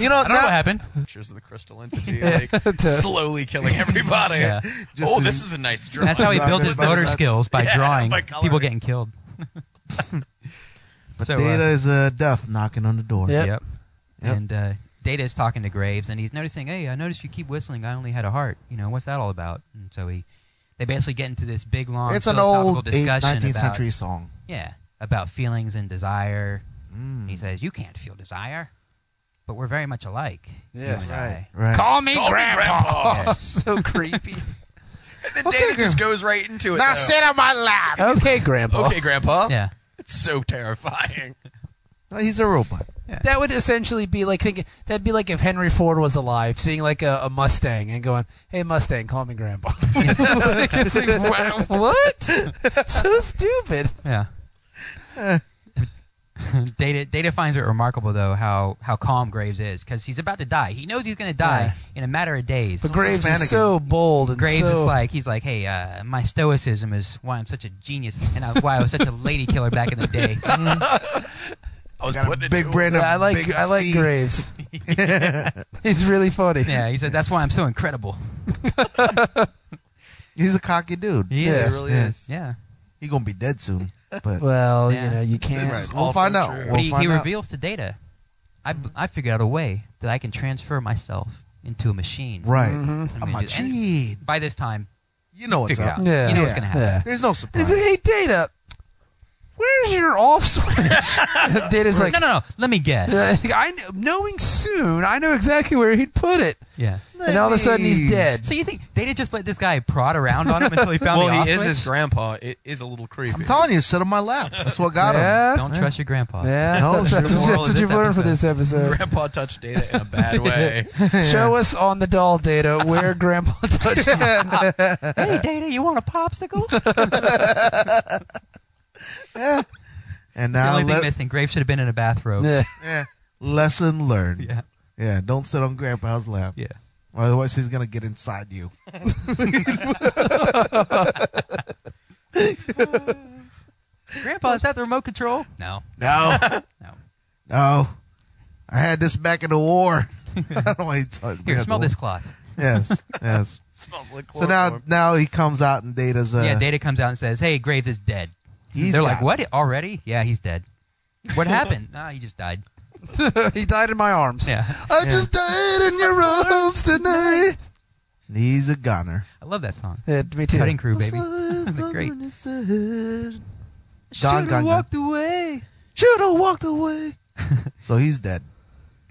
C: You know,
E: I don't know
C: now-
E: what happened.
D: Pictures of the crystal entity like slowly killing everybody.
E: Yeah.
C: Just
D: oh,
C: to-
D: this is a nice drawing.
E: That's how he built his
C: That's-
E: motor
C: that's-
E: skills by
D: yeah,
E: drawing
D: by
E: people
D: coloring.
E: getting killed.
C: But
E: So, uh,
C: Data is a death knocking on the door.
B: Yep.
E: Yep.
C: Yep.
E: And uh, Data is talking to Graves, and he's noticing, hey, I noticed you keep whistling. I only had a heart. You know, what's that all about? And so he, they basically get into this big, long,
C: It's an
E: philosophical
C: old eight-
E: discussion
C: 19th
E: about,
C: century song.
E: yeah, about feelings and desire. And He
C: Mm.
E: says, you can't feel desire, but we're very much alike. you
B: Yes.
E: and
C: Right,
E: I."
C: right.
B: Call me
D: Call me
B: Grandpa.
D: Grandpa.
E: Yes.
B: so creepy.
D: And then
C: Okay,
D: Data just
C: Grandpa.
D: goes right into it.
C: Now
D: though.
C: sit on my lap.
B: Okay, Grandpa.
D: Okay,
C: Oh.
D: Grandpa.
E: Yeah.
D: It's so terrifying.
C: No, he's a robot.
B: That would essentially be like think that'd be like if Henry Ford was alive, seeing like a, a Mustang and going, "Hey Mustang, call me Grandpa." Like, it's like, wow, what? So stupid.
E: Yeah. Data Data finds it remarkable though how how calm Graves is because he's about to die. He knows he's going to die in a matter of days.
B: But Graves
C: panicking.
B: is so bold and
E: Graves
B: so,
E: is like he's like, hey, uh, my stoicism is why I'm such a genius and I, why I was such a lady killer back in the day.
D: I was
C: Got a
D: putting it
C: big
D: to him.
C: brand
B: Yeah,
C: of
B: I like
C: big
B: I like
C: C.
B: Graves. He's really funny.
E: yeah, he said that's why I'm so incredible.
C: He's a cocky dude.
E: He
B: Yeah,
E: is.
B: he really
C: Yeah. is.
E: Yeah,
C: He gonna be dead soon. But
B: Well,
E: Yeah.
B: you know, you
C: Right.
B: can't.
C: we'll
D: also
C: find out.
D: true.
C: We'll
E: but he,
C: find
E: he
C: out.
E: reveals to Data, I, b- I figured out a way that I can transfer myself into a machine.
C: Right.
B: Mhm.
E: I'm
C: I'm
E: gonna
C: a
E: do- and
C: cheat.
E: By this time,
C: You know what's
E: figure
C: up.
E: out.
B: Yeah.
E: You know what's
C: Yeah.
E: gonna happen.
B: Yeah.
C: There's no
B: He's
C: surprise.
B: like, hey, Data, where's your off switch? Data's like,
E: no, no, no. Let me guess.
B: "Uh, I kn- knowing soon, I know exactly where he'd put it.
E: yeah.
B: And all of a sudden, he's
C: Maybe.
B: dead.
E: So you think Data just let this guy prod around on him until he found the
D: Well,
E: off
D: he is
E: switch?
D: his grandpa. It is a little creepy.
C: I'm telling you, sit on my lap. That's what got him.
B: yeah.
E: Don't trust your grandpa.
B: Yeah.
C: No,
B: that's,
C: it's
B: what,
C: the
B: that's
E: moral of
B: what
E: this
B: you've learned for this episode.
D: grandpa touched Data in a bad way.
B: Show us on the doll data where Grandpa touched you.
E: Hey, Data, you want a popsicle?
C: yeah. And
E: the
C: now,
E: only thing
C: le-
E: missing, Graves should have been in a bathrobe.
B: Yeah.
C: yeah, lesson learned.
E: yeah,
C: Yeah, don't sit on grandpa's lap.
E: yeah.
C: Or otherwise, he's going to get inside you.
E: Grandpa, is that the remote control? No,
C: No,
E: no.
C: no. I had this back in the war. I don't want to talk
E: Here,
C: about
E: smell
C: the
E: this cloth.
C: war. Yes, yes.
D: Smells like
C: so now, now he comes out and Data's. Uh,
E: yeah, Data comes out and says, "Hey, Graves is dead."
C: he's
E: They're like,
C: got-
E: "What? Already? Yeah, he's dead." What happened? nah, he just died.
B: he died in my arms.
E: Yeah,
C: I Yeah. just died in your arms tonight. He's a gunner.
E: I love that song.
B: Yeah, me too.
E: Cutting Crew, baby.
C: That's
E: great.
C: Gone, gone, gone.
E: away.
C: Should have walked away. so he's dead.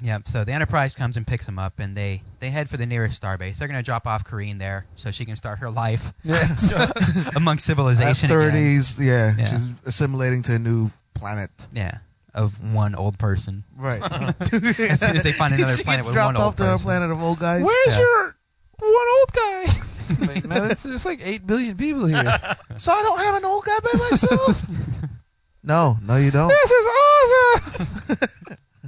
E: Yep. So the Enterprise comes and picks him up, and they they head for the nearest starbase. They're gonna drop off Corrine there, so she can start her life
B: Yeah.
E: among
C: At
E: civilization. again.
C: 30s, yeah,
E: Yeah.
C: She's assimilating to a new planet.
E: Yeah. Of one old person.
C: Right.
E: As soon as they find another
C: she
E: planet
C: gets
E: with
C: dropped
E: one old
C: off to a
E: person.
C: planet of old guys.
B: Where's
E: Yeah.
B: your one old guy? Like, no, that's- there's like eight billion people here.
C: So I don't have an old guy by myself. no, no, you don't.
B: this is awesome.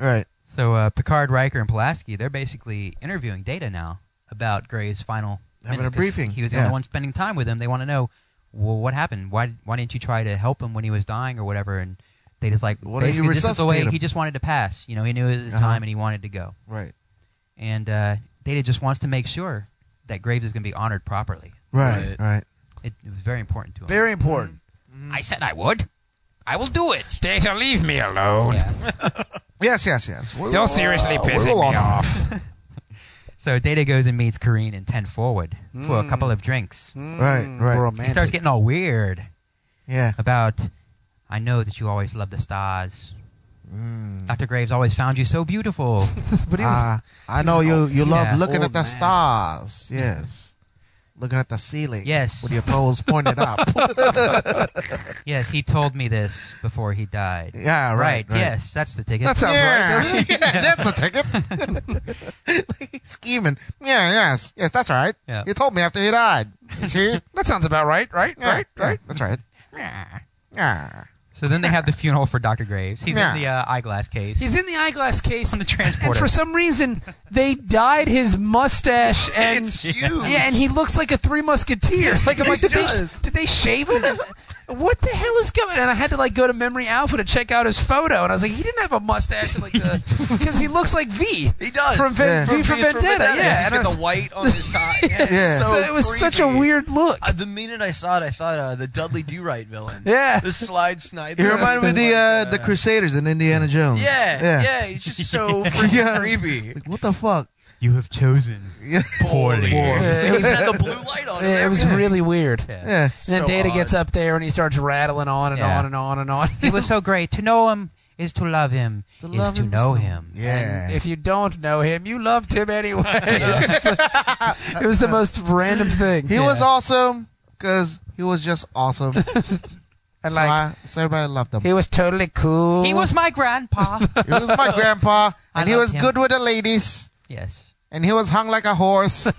C: Right.
E: So uh, Picard, Riker, and Pulaski, they're basically interviewing Data now about Gray's final.
C: Having
E: minutes,
C: a
E: 'cause
C: briefing,
E: He was the
C: yeah.
E: only one spending time with him. They want to know, well, what happened? Why why didn't you try to help him when he was dying or whatever? And they just like,
C: Why don't you
E: basically, this is the way
C: resuscitate him?
E: he just wanted to pass. You know, he knew it was his
C: Uh-huh.
E: time and he wanted to go.
C: Right.
E: And uh, Data just wants to make sure that Graves is going to be honored properly.
C: Right. Right.
D: Right.
E: It, it was very important to him.
B: Very important.
E: I said I would. I will do it.
A: Data, leave me alone.
E: Yeah.
C: Yes. Yes. Yes. We-
A: You're seriously
C: uh, we
A: pissing
C: will
A: me
C: honor-
A: off.
E: So Data goes and meets Kareen and Ten Forward for
C: Hmm.
E: a couple of drinks.
C: Right, right.
B: Mm, Romantic.
E: He starts getting all weird
C: Yeah.
E: about, I know that you always loved the stars.
C: Mm.
E: Dr. Graves always found you so beautiful.
B: but he was,
C: Ah, I know you. You
E: yeah,
C: love looking
B: old
C: at the
B: man.
C: stars. Yes. Looking at the ceiling.
E: Yes.
C: With your toes pointed up.
E: yes, he told me this before he died.
C: yeah. Right. right.
E: yes, that's the ticket.
B: that sounds right.
C: yeah, yeah, that's a ticket. like he's scheming. Yeah, yes, yes, that's right.
E: Yeah.
C: You told me after he died. You see? Yeah,
B: That sounds about right. Right. Right.
C: yeah,
B: Right.
C: That's right. Yeah.
E: So then they have the funeral for Dr. Graves. He's
C: Yeah.
E: in the uh, eyeglass case.
B: He's in the eyeglass case
E: on the
B: And
E: transporter.
B: for some reason, they dyed his mustache and
D: It's huge.
B: yeah, and he looks like a Three Musketeer. Like I'm like, did they,
C: does.
B: did they shave him? And what the hell is going? And I had to like go to Memory Alpha to check out his photo, and I was like, he didn't have a mustache like the because he looks like V.
D: He does.
B: From Ven-
C: Yeah.
B: V for
D: Beast
B: Vendetta, yeah. and
D: He's
B: I
D: got
B: was-
D: the white on his top. Yeah, it's
C: Yeah.
D: So
B: so it was such a
D: creepy.
B: weird look.
D: Uh, the minute I saw it, I thought uh, the Dudley Do Right villain.
B: Yeah.
D: The Slide Snyder.
C: He reminded me of the uh, the Crusaders and Indiana Jones.
D: Yeah, yeah.
C: yeah.
D: he's just so freaking
C: Yeah.
D: creepy.
C: Like, what the fuck?
E: you have chosen.
C: Yeah. Poor.
D: Poorly.
B: Yeah, it
D: He's
B: was,
D: had the blue light on. him.
B: yeah, it was really weird.
E: Yeah.
C: Yeah.
B: And then
D: So
B: Data
D: odd.
B: gets up there and he starts rattling on and
E: Yeah.
B: on and on and on.
E: He was so great. To know him is to love him, is
C: love
E: to
C: him is
E: know
C: to-
E: him.
C: Yeah.
B: And if you don't know him, you loved him anyway. it was the most random thing.
C: he was
E: Yeah.
C: awesome because he was just awesome. so,
B: and like
C: I, so everybody loved him.
B: he was totally cool.
E: He was my grandpa.
C: He was my grandpa,
E: I
C: and he
E: love
C: was
E: him.
C: good with the ladies,
E: yes.
C: and he was hung like a horse,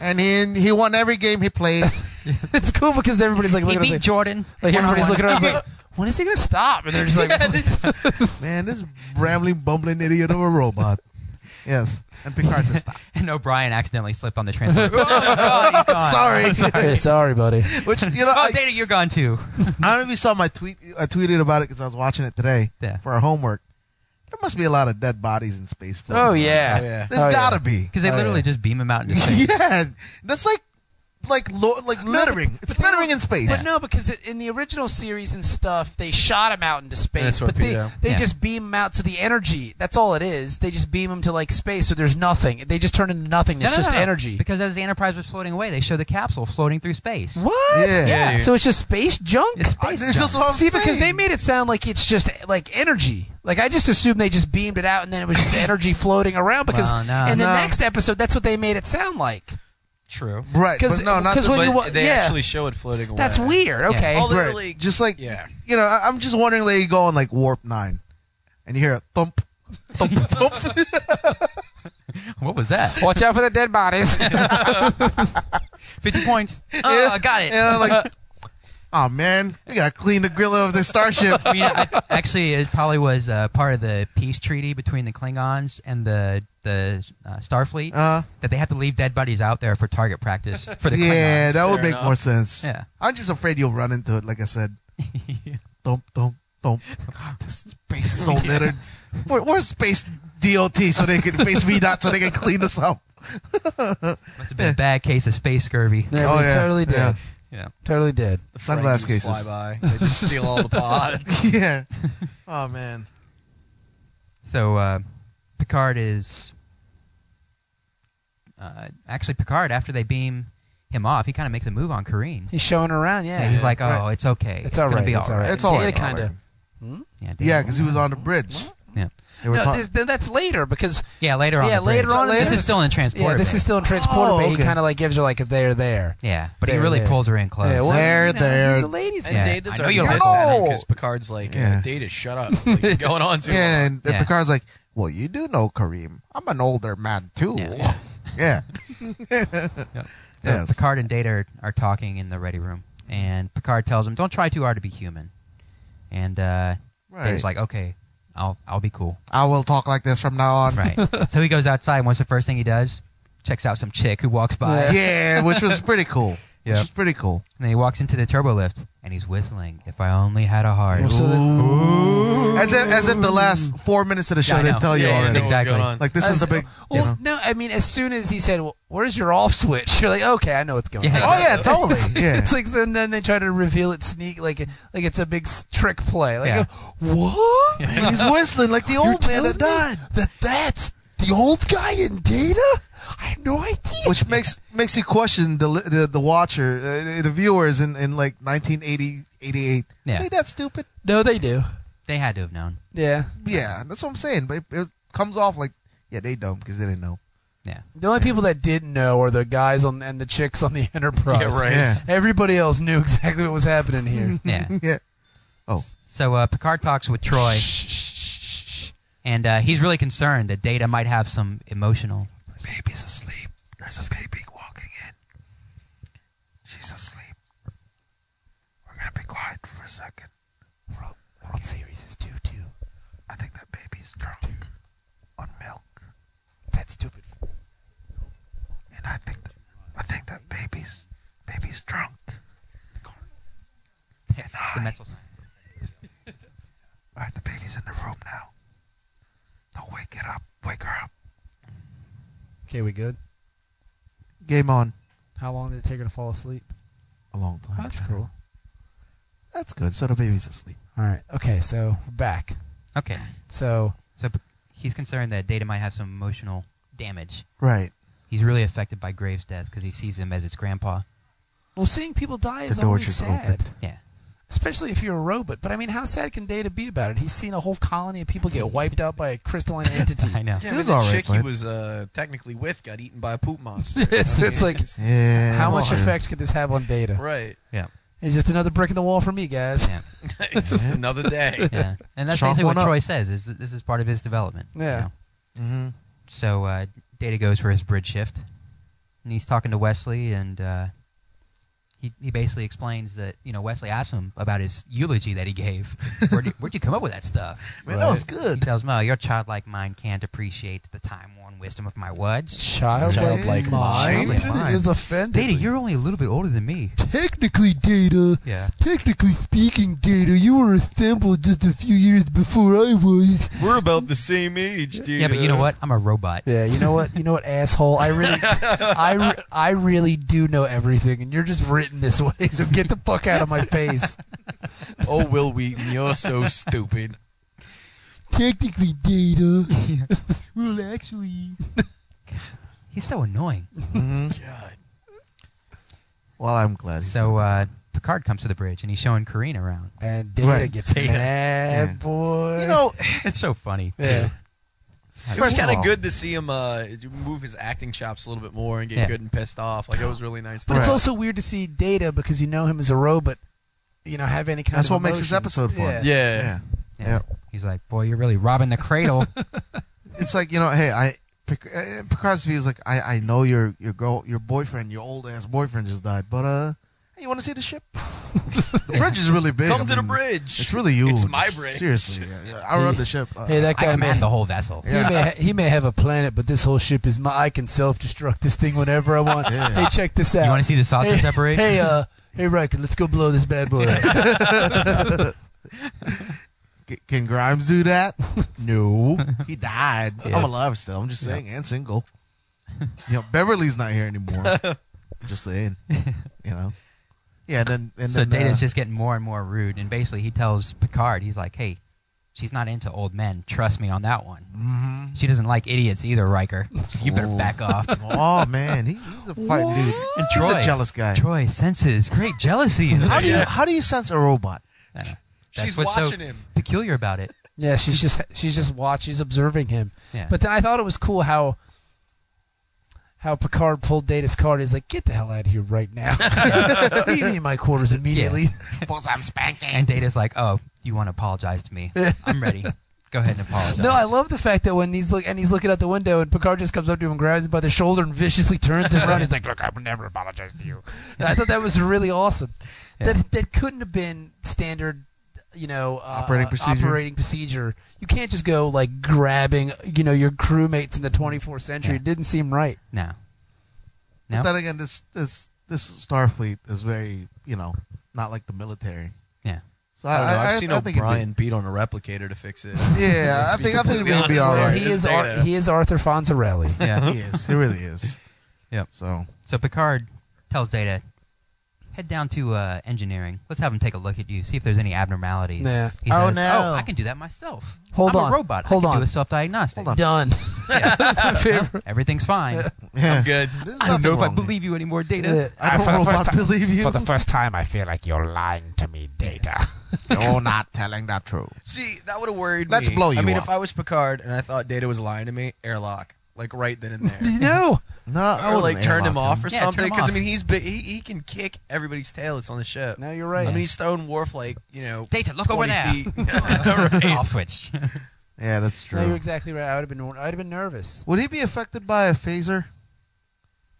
C: and he he won every game he played.
B: it's cool because everybody's like
E: He
B: looking at
E: beat
B: him.
E: Jordan.
B: Like everybody's
E: one-on-one.
B: looking at us like, when is he gonna stop? And they're just like,
C: Man, this rambling, bumbling idiot of a robot. Yes. And Picard says, stop. Oh,
E: And O'Brien accidentally slipped on the Oh, transporter.
C: sorry.
B: "Hey, sorry, buddy.
C: Which, you know,
E: Oh,
C: I,
E: Data, you're gone too.
C: I don't know if you saw my tweet. I tweeted about it because I was watching it today
E: Yeah.
C: for our homework. There must be a lot of dead bodies in space. floating
B: Oh
C: around.
B: yeah.
D: Oh, yeah.
C: There's
B: Oh,
C: gotta
B: yeah.
C: be.
E: Because they
B: Oh,
E: literally
B: yeah.
E: just beam him out into space.
C: Yeah. That's like like lo- like littering.
B: but-
C: it's
B: but they
C: littering
B: don't-
C: in space.
B: But no, because it, in the original series and stuff, they shot him out into space.
D: That's what
B: but they,
D: Peter-
B: they
E: Yeah.
B: just beam him out to the energy. That's all it is. They just beam him to like space, so there's nothing. They just turn into nothing. It's just energy.
E: Because as the Enterprise was floating away, they show the capsule floating through space.
B: What?
C: Yeah.
D: Yeah, dude.
B: So it's just space junk.
E: It's
C: I,
E: space
C: that's
E: junk.
C: just what I'm
B: See, because
C: saying.
B: they made it sound like it's just like energy. Like I just assumed they just beamed it out and then it was just energy floating around. Because
E: Well, no.
B: in the
C: No.
B: next episode, that's what they made it sound like.
D: True.
C: right. But
B: 'cause-
C: no, not
B: 'cause
C: this
B: when
C: way.
B: you wa-
D: But they
B: yeah.
D: actually show it floating away.
B: That's weird. Okay.
D: Oh,
C: Right.
D: literally-
C: Just like
D: Yeah.
C: you know, I, I'm just wondering. Like you go on like warp nine, and you hear a thump, thump, thump.
E: What was that?
B: Watch out for the dead bodies.
E: 50 points. Oh, I got it.
C: And I'm like, Oh man, we gotta clean the grill of the starship.
E: I mean, I, actually, it probably was uh, part of the peace treaty between the Klingons and the the uh, Starfleet
C: Uh,
E: that they have to leave dead bodies out there for target practice for the
C: yeah,
E: Klingons.
C: that would
D: Fair
C: make
D: enough.
C: more sense.
E: Yeah.
C: I'm just afraid you'll run into it. Like I said, don't, don't, don't. God, this space is so littered. Where, where's space DOT so they can space VDOT so they can clean us up?
E: Must have been a bad case of space scurvy.
B: Yeah, but
C: Oh,
B: it's
C: yeah,
B: totally
C: yeah.
B: dead.
E: Yeah.
B: Totally dead.
D: The
C: Sunglass
D: Frankens
C: cases.
D: fly by. They just steal all the pods.
C: yeah. Oh man.
E: So uh, Picard is uh, actually Picard after they beam him off, he kind of makes a move on Kareen.
B: He's showing around. Yeah.
E: And he's like, "Oh,
B: Right.
E: it's okay.
B: It's
E: gonna
B: alright,
E: be
B: it's
E: all right.
B: alright.
C: It's all right.
B: Data kinda.
E: Yeah, damn.
C: Yeah, because he was on the bridge.
E: yeah.
C: They were
B: No,
C: talk-
B: this, th- that's later because
E: Yeah, later on.
B: yeah,
E: the bridge.
B: later on. in
E: This
B: the-
E: is still in transport.
B: Yeah, this is still in transporter.
C: Oh,
B: but
C: okay.
B: he kind of like gives her like a there there.
E: Yeah, but he
B: There,
E: really
B: there.
E: pulls her in close.
B: Yeah, well,
C: There,
B: you know,
C: there.
B: He's a ladies'
E: Yeah.
D: And
B: man.
D: Data's
E: I know
D: already
E: you'll
D: mad
E: listen to
D: at
C: that.
D: because Picard's like,
C: Yeah.
D: uh, Data, shut up. Like, you're going on too
C: yeah,
D: long.
C: and, and
E: Yeah.
C: Picard's like, "Well, you do know Kareem. I'm an older man too."
E: Yeah.
C: Yeah.
E: So
C: Yes.
E: Picard and Data are, are talking in the ready room, and Picard tells him, "Don't try too hard to be human." And uh, Data's like, "Okay, I'll I'll be cool."
C: I will talk like this from now on.
E: Right. so he goes outside. and What's the first thing he does? Checks out some chick who walks by.
C: Yeah, which was pretty cool. Which
E: Yeah.
C: was pretty cool.
E: And then he walks into the turbo lift and he's whistling, If I Only Had a Heart.
B: Well, so then-
C: As if as if the last four minutes of the show
E: I know.
C: didn't tell you
D: Yeah, yeah,
C: already.
D: no,
E: Exactly.
D: going on.
C: Like this is the big.
B: Well,
E: Yeah.
B: no, I mean, as soon as he said, well, "Where's your off switch?" You're like, "Okay, I know what's going
E: Yeah.
B: on."
C: Oh yeah, totally. Yeah.
B: It's like so. and Then they try to reveal it sneak like like it's a big s- trick play. Like
E: Yeah.
B: what?
C: And he's whistling like the old man that died.
B: That that's the old guy in data. I had no idea.
C: Which makes makes you question the li- the, the watcher, uh, the viewers in, in like 1980, 88.
E: Yeah.
C: Ain't that stupid?
B: no, they do.
E: They had to have known.
B: Yeah.
C: Yeah, that's what I'm saying. But it, it comes off like, yeah, they dumb because they didn't know.
E: Yeah.
B: The only people that didn't know are the guys on and the chicks on the Enterprise.
D: Yeah, right.
C: Yeah.
B: Everybody else knew exactly what was happening here.
E: Yeah.
C: Yeah. Oh.
E: so uh, Picard talks with Troy, and uh, he's really concerned that Data might have some emotional.
F: Baby's asleep. There's a baby walking in. She's asleep. We're gonna be quiet for a second. World, World Series is two two. I think that baby's drunk on milk. That's stupid. And I think that, I think that baby's baby's drunk. And
E: The
F: I,
E: mental sign.
F: all right, the baby's in the room now. Now wake it up. Wake her up.
B: Okay, we good.
C: Game on.
B: How long did it take her to fall asleep?
C: A long time.
B: That's cool.
C: That's good. So the baby's asleep.
B: All right. Okay, so we're back.
E: Okay.
B: So
E: So P- he's concerned that Data might have some emotional damage.
C: Right.
E: He's really affected by Graves' death because he sees him as its grandpa.
B: well, seeing people die is
C: the door
B: always
C: just
B: sad,
C: opened.
E: Yeah.
B: especially if you're a robot. But I mean, how sad can Data be about it? He's seen a whole colony of people get wiped out by a crystalline entity.
E: I know.
D: Yeah,
C: It
D: but
C: was
D: the
C: all right,
D: chick he
C: but-
D: was uh, technically with got eaten by a poop monster.
B: Yeah, so it's like-
C: Yeah.
B: How
C: well,
B: much effect could this have on Data?
D: right?
E: Yeah.
B: It's just another brick in the wall for me, guys.
E: Yeah.
D: It's just another day.
E: Yeah. And that's
C: Chalk
E: basically what
C: one up.
E: Troy says is that this is part of his development. you
B: Yeah.
E: know?
D: Mm-hmm.
C: Mhm.
E: So uh, Data goes for his bridge shift, and he's talking to Wesley, and uh, he he basically explains that you know Wesley asked him about his eulogy that he gave. where'd, you, where'd you come up with that stuff?
C: Man, that was
E: He
C: good.
E: tells him, "Oh, your childlike mind can't appreciate the time-worn wisdom of my words."
B: Childlike,
C: Childlike
B: mind,
E: mind.
B: is offended.
E: Data, you're only a little bit older than me.
B: technically Data.
E: Yeah.
B: Technically speaking, Data, you were assembled just a few years before I was.
D: We're about the same age, dude.
E: Yeah, but you know what? I'm a robot.
B: Yeah, you know what? You know what, asshole? I really, I, re- I really do know everything, and you're just written this way. So get the fuck out of my face.
D: Oh, Will Wheaton, you're so stupid.
B: Technically, Data. well, actually,
E: He's so annoying.
C: Mhm.
D: God.
C: Well, I'm glad. he's-
E: So uh, Picard comes to the bridge, and he's showing Kareen around.
B: and Data
C: Right,
B: gets
E: Data.
B: mad,
C: Yeah.
B: boy.
C: you know,
E: It's so funny.
B: yeah.
D: It was
C: First of
D: kind of
C: all-
D: good to see him uh, move his acting chops a little bit more and get
E: Yeah.
D: good and pissed off. Like it was really nice. to
B: But it's
C: Right.
B: also weird to see Data because you know him as a robot. You know, have any kind
C: that's
B: of
C: what makes this
B: emotions.
C: episode
B: Yeah.
C: fun.
D: yeah.
C: Yeah.
E: Yeah. He's like, "Boy, you're really robbing the cradle."
C: It's like you know, hey, I Pic- uh, Picard's view is like, I, I know your your girl, your boyfriend, your old ass boyfriend just died, but uh, hey, you want to see the ship? The bridge is really big.
D: Come
C: I
D: to the
C: mean,
D: bridge.
C: It's really huge.
D: It's my bridge.
C: Seriously, yeah, yeah. I run the ship. Uh,
B: Hey, that
E: I
B: guy
E: command
B: may,
E: the whole vessel.
B: he, may ha- he may have a planet, but this whole ship is my. I can self-destruct this thing whenever I want.
C: Yeah.
B: Hey, check this out.
E: You want to see the saucer
B: hey,
E: separate?
B: Hey, uh, hey, Riker, let's go blow this bad boy up.
C: C- can Grimes do that? no, he died.
E: Yeah.
C: I'm alive still. I'm just saying, and single. You know, Beverly's not here anymore. just saying, you know. Yeah, and then and
E: so
C: then
E: Data's
C: uh,
E: just getting more and more rude, and basically he tells Picard, he's like, "Hey, she's not into old men. Trust me on that one.
C: mhm.
E: She doesn't like idiots either, Riker. So you better back off."
C: Oh man, he, he's a fighting dude. He's
E: And Troy,
C: a jealous guy.
E: Troy senses great jealousy.
C: How do you how do you sense a robot?
E: I know. That's
D: She's
E: what's so
D: watching him.
E: Peculiar about it.
B: yeah, she's just she's just watch. She's observing him.
E: Yeah.
B: But then I thought it was cool how how Picard pulled Data's card. He's like, "Get the hell out of here right now! Leave me in my quarters immediately."
C: Because I'm spanking.
E: and Data's like, "Oh, you want to apologize to me? I'm ready. Go ahead and apologize."
B: No, I love the fact that when he's look and he's looking out the window, and Picard just comes up to him, grabs him by the shoulder, and viciously turns him around. He's like, "Look, I will never apologize to you." I thought that was really awesome.
E: Yeah.
B: That that couldn't have been standard, you know, uh,
C: Operating procedure.
B: Operating procedure. You can't just go like grabbing, you know, your crewmates in the 24th century.
E: Yeah.
B: It didn't seem right.
E: no,
C: But
E: no,
C: then again, this this this Starfleet is very you know not like the military.
E: yeah.
C: So
D: I
C: I,
D: don't know.
C: I,
D: I've
C: I,
D: seen
C: I think it'd be-
D: O'Brien beat on a replicator to fix it.
C: Yeah, I
D: Let's be
C: think I think it'd
D: completely
C: be all
D: honest
C: right.
D: there.
B: he is
D: It's
B: Ar-
D: Data.
B: he is Arthur Fonzarelli.
E: Yeah.
C: He is. He really is.
E: Yep.
C: So
E: So Picard tells Data, "Head down to uh, engineering. Let's have him take a look at you, see if there's any abnormalities."
B: Nah.
E: He
C: Oh,
E: says,
C: no.
E: "Oh, I can do that myself.
B: Hold
E: I'm
B: on.
E: a robot.
B: Hold
E: I can
B: on.
E: do a self-diagnostic.
C: Hold on.
B: Done.
E: Yeah.
B: That's my favorite.
E: Everything's fine.
C: yeah.
D: Good.
C: There's
E: I don't know
C: nothing
E: if I
C: wrong here.
E: believe you anymore, Data.
A: Uh,
C: I
A: for
C: don't
A: the
C: robot
A: first ti-
C: believe you.
A: For the first time, I feel like you're lying to me, Data.
C: You're not telling the truth.
D: See, that would have worried
C: Let's
D: me.
C: blow
D: I
C: you
D: mean,
C: up.
D: if I was Picard and I thought Data was lying to me, airlock. Like right then and there.
B: No.
C: No, I
D: or
C: would
D: like turn him off or
E: Yeah, turn
D: something.
E: him
D: Because I
E: off.
D: mean, he's big, he, he can kick everybody's tail that's on the ship.
B: No, you're right.
D: I mean, he's throwing Worf like you know.
E: Data, look over
D: 20
E: there.
D: feet.
E: Off switch.
C: Yeah, that's true.
B: No, you're exactly right. I would have been. I'd have been nervous.
C: would he be affected by a phaser?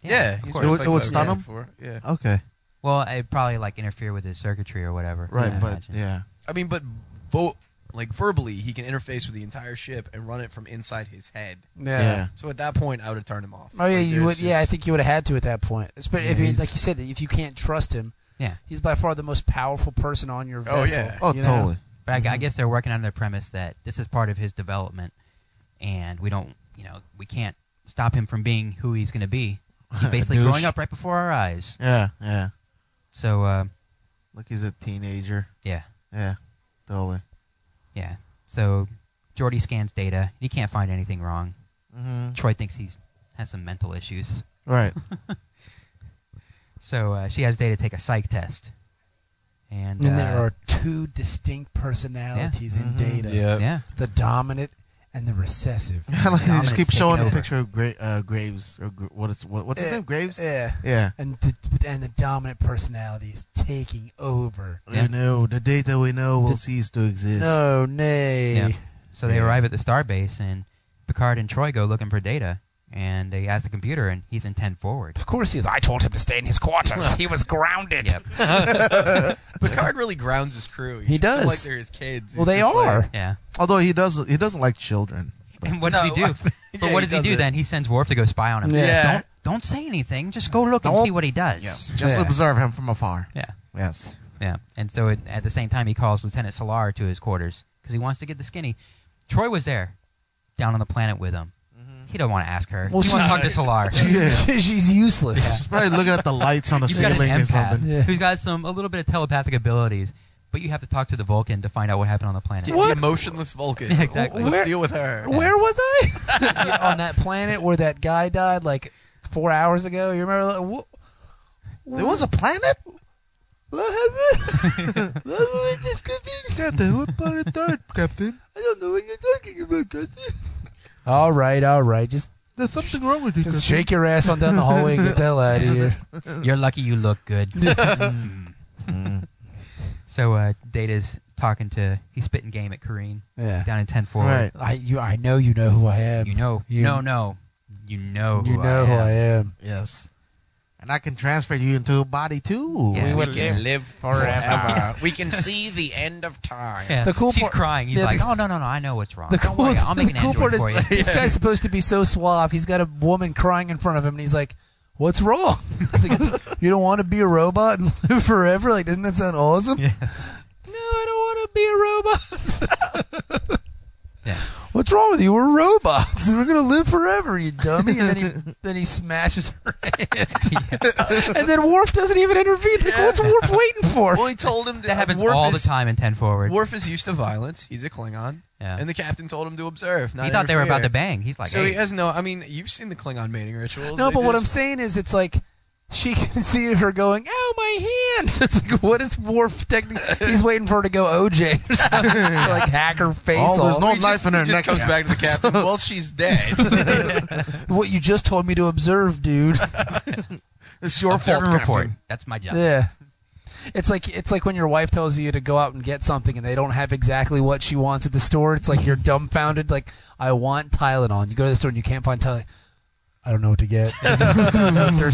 D: yeah,
E: of
D: he's
E: course.
D: been
C: It would-
D: affected
C: it would
D: by
C: stun
D: that
C: him?
D: before, Yeah,
C: Okay.
E: Well, it probably like interfere with his circuitry or whatever.
C: Right,
E: I
C: but
E: imagine.
C: yeah.
D: I mean, but vote like verbally, he can interface with the entire ship and run it from inside his head.
C: Yeah.
D: So at that point, I would have turned him off.
B: Oh yeah,
D: Like,
B: you
D: there's
B: would. Yeah, I
D: just-
B: think you would have had to at that point. Especially
C: Yeah,
B: if, you,
C: he's-
B: like you said, if you can't trust him,
E: Yeah.
B: he's by far the most powerful person on your
D: Oh,
B: vessel.
D: yeah.
C: Oh,
B: you know?
C: totally.
E: But I, I guess they're working on the premise that this is part of his development, and we don't, you know, we can't stop him from being who he's going to be. He's basically
C: Douche.
E: growing up right before our eyes.
C: Yeah, yeah.
E: So, uh,
C: Like he's a teenager.
E: yeah,
C: Yeah, totally.
E: yeah. So Jordy scans data. He can't find anything wrong.
C: Mm-hmm.
E: Troy thinks he's has some mental issues.
C: Right.
E: So uh, she has Data take a psych test, and,
B: And there
E: uh,
B: are two distinct personalities in
C: Mhm.
B: data:
E: yeah,
B: the dominant and the recessive.
C: I like they
E: Dominic's
C: just keep
E: taking
C: showing a
E: over.
C: picture of Gra- uh, Graves or Gr- what is what, what's his
B: Yeah,
C: name? Graves.
B: Yeah.
C: Yeah.
B: And the, and the dominant personality is taking over.
E: Yeah.
C: We know the data we know will
B: The-
C: cease to exist.
B: No, nay.
E: Yeah. So they
C: Yeah.
E: arrive at the starbase, and Picard and Troy go looking for Data, and they ask the computer, and he's in ten forward.
B: Of course he is.
A: I told him to stay in his quarters. He was grounded.
E: Yep.
D: Picard really grounds his crew.
B: He
D: treats them
B: does.
D: Like they're his kids.
B: Well,
D: He's
B: they
D: just like-
B: are.
E: Yeah.
C: Although he does he doesn't like children.
E: And what does he
D: No,
E: do?
D: I-
E: but
D: yeah,
E: what
D: he
E: does he do
D: does it.
E: then? He sends Worf to go spy on him.
B: Yeah.
D: Yeah.
E: Don't don't say anything. Just go look and
C: Don't-
E: see what he does.
C: Yes. Just
B: Yeah.
C: observe him from afar.
E: Yeah.
C: Yes.
E: Yeah. And so it, at the same time, he calls Lieutenant Solar to his quarters because he wants to get the skinny. Troy was there, down on the planet with him. He don't want to ask her.
B: Well,
E: he wants
B: she's-
E: to talk to Solar.
B: She's useless.
C: She's probably looking at the lights on the
E: You've got an
C: ceiling or
E: empath
C: something.
B: Yeah.
E: who's got some a little bit of telepathic abilities, but you have to talk to the Vulcan to find out what happened on the planet.
D: Yeah, The emotionless Vulcan.
E: Yeah, exactly.
D: Let's
B: Where-
D: deal with her.
B: Where was I? Yeah, on that planet where that guy died like four hours ago. You remember? Like, wha-
C: There was a planet?
B: What happened? What happened, just Christine?
C: Captain, what planet third, Captain?
B: I don't know what you're talking about, Christine. All right, all right. Just,
C: There's something wrong with you.
B: just shake your ass on down the hallway and get the hell out of here.
E: You're lucky you look good. Mm. so uh, Data's talking to he's spitting game at Kareen
B: Yeah.
E: down in ten forward.
C: Right.
B: I you I know you know who I am.
E: You know,
B: You-
E: no, no, you know, who
B: You know
E: I
B: who
E: am.
B: I am.
C: Yes. and I can transfer you into a body too.
E: Yeah.
B: we will
E: we
B: live.
D: live
B: forever.
D: we can see the end of time.
E: Yeah.
B: The cool
E: She's
B: part-
E: crying. He's
B: yeah,
E: like,
B: the-
E: oh no no no, I know what's wrong.
B: The
E: Don't
B: cool,
E: worry, I'll make
B: the
E: an
B: cool
E: android
B: part is
E: for you.
B: this guy's supposed to be so suave. He's got a woman crying in front of him, and he's like, "What's wrong? It's like, you don't want to be a robot and live forever? Like, doesn't that sound awesome?
E: Yeah.
B: No, I don't want to be a robot.
E: Yeah.
B: What's wrong with you? We're robots. and We're gonna live forever, you dummy. And then he then he smashes her hand. and then Worf doesn't even intervene. Like, what's Worf waiting for?
D: Well, he told him that,
E: That happens
D: Uh, Worf
E: all
D: is,
E: the time in Ten Forward.
D: Worf is used to violence. He's a Klingon,
E: Yeah.
D: and the captain told him to observe. Not
E: he thought they were about to
D: interfere.
E: bang. He's like,
D: So
E: hey,
D: he has no. I mean, you've seen the Klingon mating rituals.
B: No,
D: They
B: but what I'm
D: just-
B: saying is, it's like she can see her going, "Ow, my hand!" It's like, what is Worf technically? He's waiting for her to go OJ or something, to, like hack her face
C: Oh, there's
B: off.
C: no
D: he
C: knife
D: just,
C: in her
D: he just
C: neck.
D: comes back to the captain. well, she's dead.
B: What you just told me to observe, dude.
C: It's your
E: observe
C: fault,
E: and
C: Captain.
E: report. That's my job.
B: yeah. It's like it's like when your wife tells you to go out and get something and they don't have exactly what she wants at the store. It's like you're dumbfounded. Like I want Tylenol. You go to the store and you can't find Tylenol. I don't know what to get. There's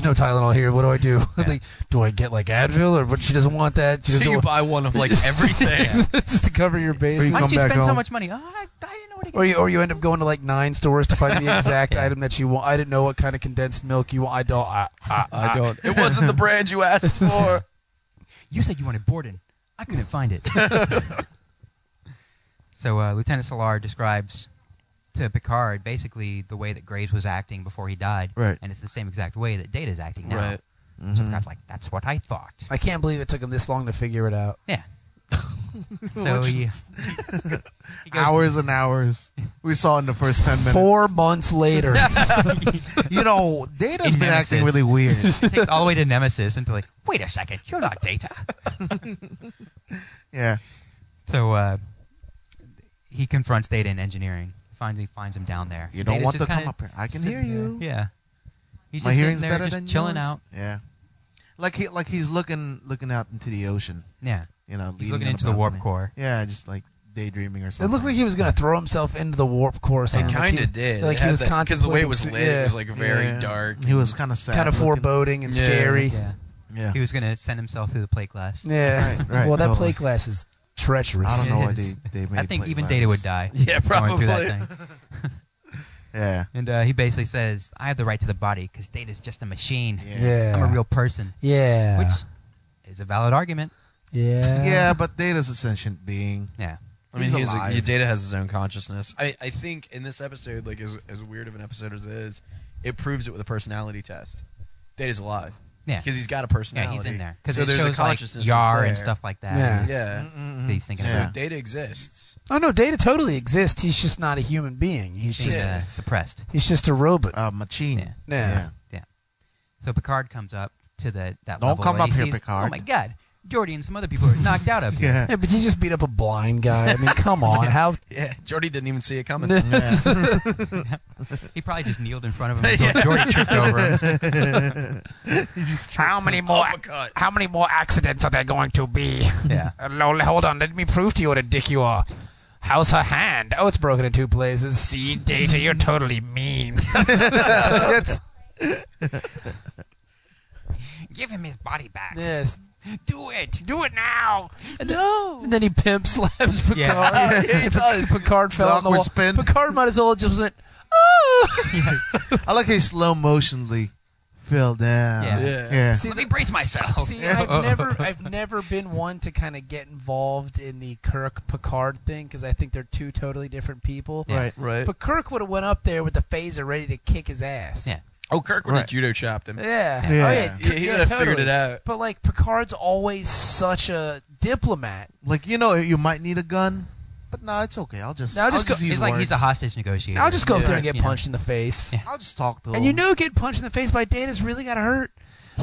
B: no Tylenol here. What do I do?
E: Yeah.
B: like, do I get like Advil or? But she doesn't want that. She
D: so
B: doesn't
D: you
B: want-
D: buy one of like everything.
B: just to cover your bases.
C: Come
E: Why'd you
C: back
E: spend so
C: home.
E: much money? Oh, I, I didn't know what to get.
B: Or you, or you end up going to like nine stores to find the exact item that you want. I didn't know what kind of condensed milk you want. I don't. I, I,
D: I don't. It wasn't the brand you asked for.
E: You said you wanted Borden. I couldn't find it. so uh, Lieutenant Solar describes to Picard basically the way that Graves was acting before he died,
C: Right. Mm-hmm.
E: and it's the same exact way that Data's acting now.
D: Right.
E: So Picard's like, "That's what I thought."
B: I can't believe it took him this long to figure it out.
E: Yeah. so he, he goes-
C: Hours and hours. We saw in the first ten minutes.
B: Four months later,
C: You know, Data's
E: In
C: been acting
E: Nemesis.
C: really weird.
E: He takes all the way to Nemesis until like, wait a second, you're not Data.
C: yeah.
E: So uh, he confronts Data in engineering. Finally finds him down there.
C: You don't
E: Data's
C: want
E: just
C: to come
E: kinda
C: up here. I can hear
E: sitting
C: you.
E: there. Yeah. He's
C: My
E: just
C: hearing's
E: sitting there,
C: better
E: just
C: than
E: chilling
C: yours.
E: out.
C: Yeah. Like he like he's looking looking out into the ocean.
E: Yeah.
C: You know, leaning
E: He's looking
C: on
E: into the warp
C: balcony.
E: core.
C: Yeah, just like daydreaming or
B: it
C: something.
B: looked like he was going to throw himself into the warp core. or
E: It
B: something. Like
D: Kind
B: he-
D: of did.
B: Like he was
D: because the way it was
B: contemplating-
D: lit, it was like very
C: Yeah.
D: dark.
C: He was kind of sad.
B: kind of
C: looking.
B: foreboding and
D: Yeah.
B: scary.
E: Yeah.
C: Yeah.
E: He was going to send himself through the plate glass.
B: Yeah.
C: Right, right,
B: well, that
C: totally.
B: plate glass is treacherous.
C: I don't know
E: It
C: why
E: is.
C: they, they made
E: I think
C: plate
E: even
C: glasses.
E: Data would die.
D: Yeah,
E: going through
D: probably.
E: that thing.
C: Yeah.
E: And uh, he basically says, I have the right to the body because Data's just a machine.
C: Yeah.
B: Yeah.
E: I'm a real person.
B: Yeah.
E: Which is a valid argument.
B: yeah.
C: Yeah, but Data's a sentient being.
E: Yeah.
D: I mean,
C: He's
D: he's
C: alive.
D: your data has his own consciousness. I, I think in this episode, like as, as weird of an episode as it is, it proves it with a personality test. Data's alive.
E: Yeah.
D: Because he's got a
E: Yeah,
D: personality.
E: he's in there. Because
D: so
E: it
D: there's
E: shows
D: a consciousness.
E: like Yar
D: that's
E: and
D: there.
E: stuff like that.
B: Yeah.
E: and he's-
D: Yeah.
C: Mm-hmm.
E: that he's thinking
D: So
C: Yeah.
E: about.
D: data exists.
B: Oh no, Data totally exists. He's just not a human being. He's
E: He's
B: just
D: Yeah.
E: uh, suppressed.
B: he's just a robot.
C: Uh, machine.
E: Yeah.
B: Yeah.
E: So Picard comes up to the that
C: Don't
E: level
C: come
E: and
C: up
E: he
C: here,
E: sees,
C: Picard.
E: Oh my God, Jordy and some other people are knocked out up
C: Yeah.
E: here.
C: Yeah.
B: Yeah, but he just beat up a blind guy. I mean, come on. How?
D: Yeah. Jordy didn't even see it coming.
E: He probably just kneeled in front of him until Jordy tripped over him.
B: How many more?
D: Uppercut.
B: How many more accidents are there going to be?
E: Yeah.
B: Uh, Lola, hold on. Let me prove to you what a dick you are. How's her hand? Oh, it's broken in two places. See, Data, you're totally mean. That's-
E: Give him his body back.
B: yes.
E: Do it.
B: Do it now. And then-
E: No.
B: and then he pimp slaps Picard.
E: Yeah.
B: he does. Picard fell on the
C: awkward
B: wall.
C: spin.
B: Picard might as well have just went, oh.
C: I like how slow motionly fell down.
E: Yeah.
D: Yeah.
C: Yeah.
B: See,
E: Let me brace myself.
B: See, I've never, I've never been one to kind of get involved in the Kirk Picard thing because I think they're two totally different people.
E: Yeah.
C: Right.
D: Right.
B: But Kirk would have went up there with the phaser ready to kick his ass.
E: Yeah.
D: Oh, Kirk would have
C: Right.
D: judo chopped him.
B: Yeah.
C: Yeah.
B: Oh,
C: Yeah,
D: he would've figured
B: totally.
D: it out.
B: But like Picard's always such a diplomat.
C: Like you know, you might need a gun, but no, it's okay. I'll just.
B: Now
C: I'll
B: just
C: just,
B: go-
C: use
E: He's like he's a
C: words.
E: hostage negotiator.
B: I'll just go up
E: Yeah.
B: there and get
E: You know.
B: punched in the face.
E: Yeah.
C: I'll just talk to him.
B: And you know, getting punched in the face by Data's really got to hurt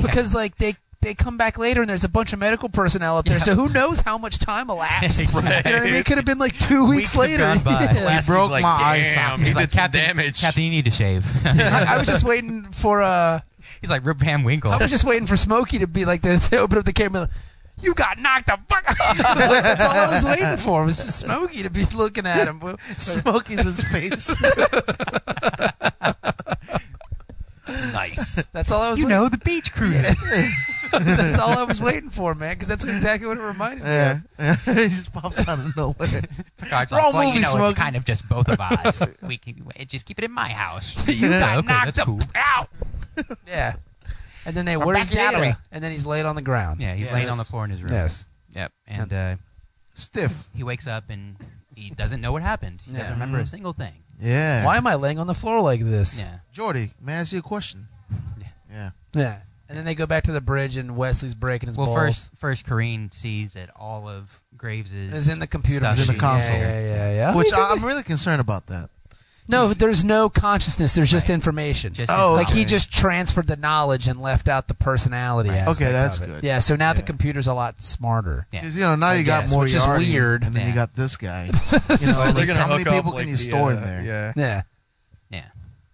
B: because like they they come back later and there's a bunch of medical personnel up there.
E: Yeah.
B: So who knows how much time elapsed?
E: Right.
B: You know what I mean? It could have been like two weeks,
E: Weeks
B: later.
E: have gone by.
B: Yeah.
C: he
D: Lasky's
C: broke
D: like,
C: my eye
D: "Damn,
C: socket.
D: He
E: He's
D: did
E: like,
D: some
E: Captain,
D: damage.
E: Captain, you need to shave.
B: I, I was just waiting for uh,
E: He's like Rip Van Winkle.
B: I was just waiting for Smokey to be like, they, they open up the camera. You got knocked the fuck out. That's all I was waiting for. Was just Smokey to be looking at him. But-
C: Smokey's his face.
A: Nice.
B: That's all I was.
E: You
B: waiting-
E: know, the beach cruiser.
B: that's all I was waiting for, man. Because that's exactly what it reminded me.
C: Yeah.
B: of.
C: it just pops out of nowhere.
E: Picard's
C: We're all
E: like, well, you
C: movie
E: know,
C: smoking."
E: it's kind of just both of us. we can just keep it in my house.
C: You got
E: okay, that's cool.
B: Yeah. And then they
C: We're
B: where's
C: back out of
B: Data?
C: it.
B: And then he's laid on the ground.
E: Yeah, he's
D: Yes.
E: laying on the floor in his room.
B: Yes.
E: Yep. And uh,
C: Stiff.
E: he wakes up and he doesn't know what happened. He
B: Yeah. Mm-hmm.
E: doesn't remember a single thing.
C: Yeah.
B: Why am I laying on the floor like this?
E: Yeah.
C: Jordy, may I ask you a question?
E: Yeah.
C: Yeah.
B: Yeah. And then they go back to the bridge, and Wesley's breaking his
E: Well,
B: balls.
E: first, first, Corrine sees that all of Graves is,
B: It's in the computer.
E: It's in the
B: machine.
C: console.
B: Yeah, yeah, yeah. yeah.
C: Which I, I'm really concerned about that.
B: no, there's no consciousness. There's just
E: Right.
B: information.
E: Just
C: Oh,
B: like he
C: okay.
B: just transferred the knowledge and left out the personality.
E: Right.
B: aspect
C: Okay,
B: of
C: that's
B: it.
C: good.
B: Yeah, so now the
C: Yeah.
B: computer's a lot smarter.
E: Yeah.
C: Because you know now
B: I
C: you got
B: guess,
C: more
B: which is weird.
C: and then you
E: Yeah.
C: got this guy. You know,
D: They're
C: like,
D: gonna
C: how many
D: hook up,
C: people
D: like,
C: can you
D: the,
C: store in
D: uh,
C: there?
D: Yeah.
B: Yeah.
E: yeah.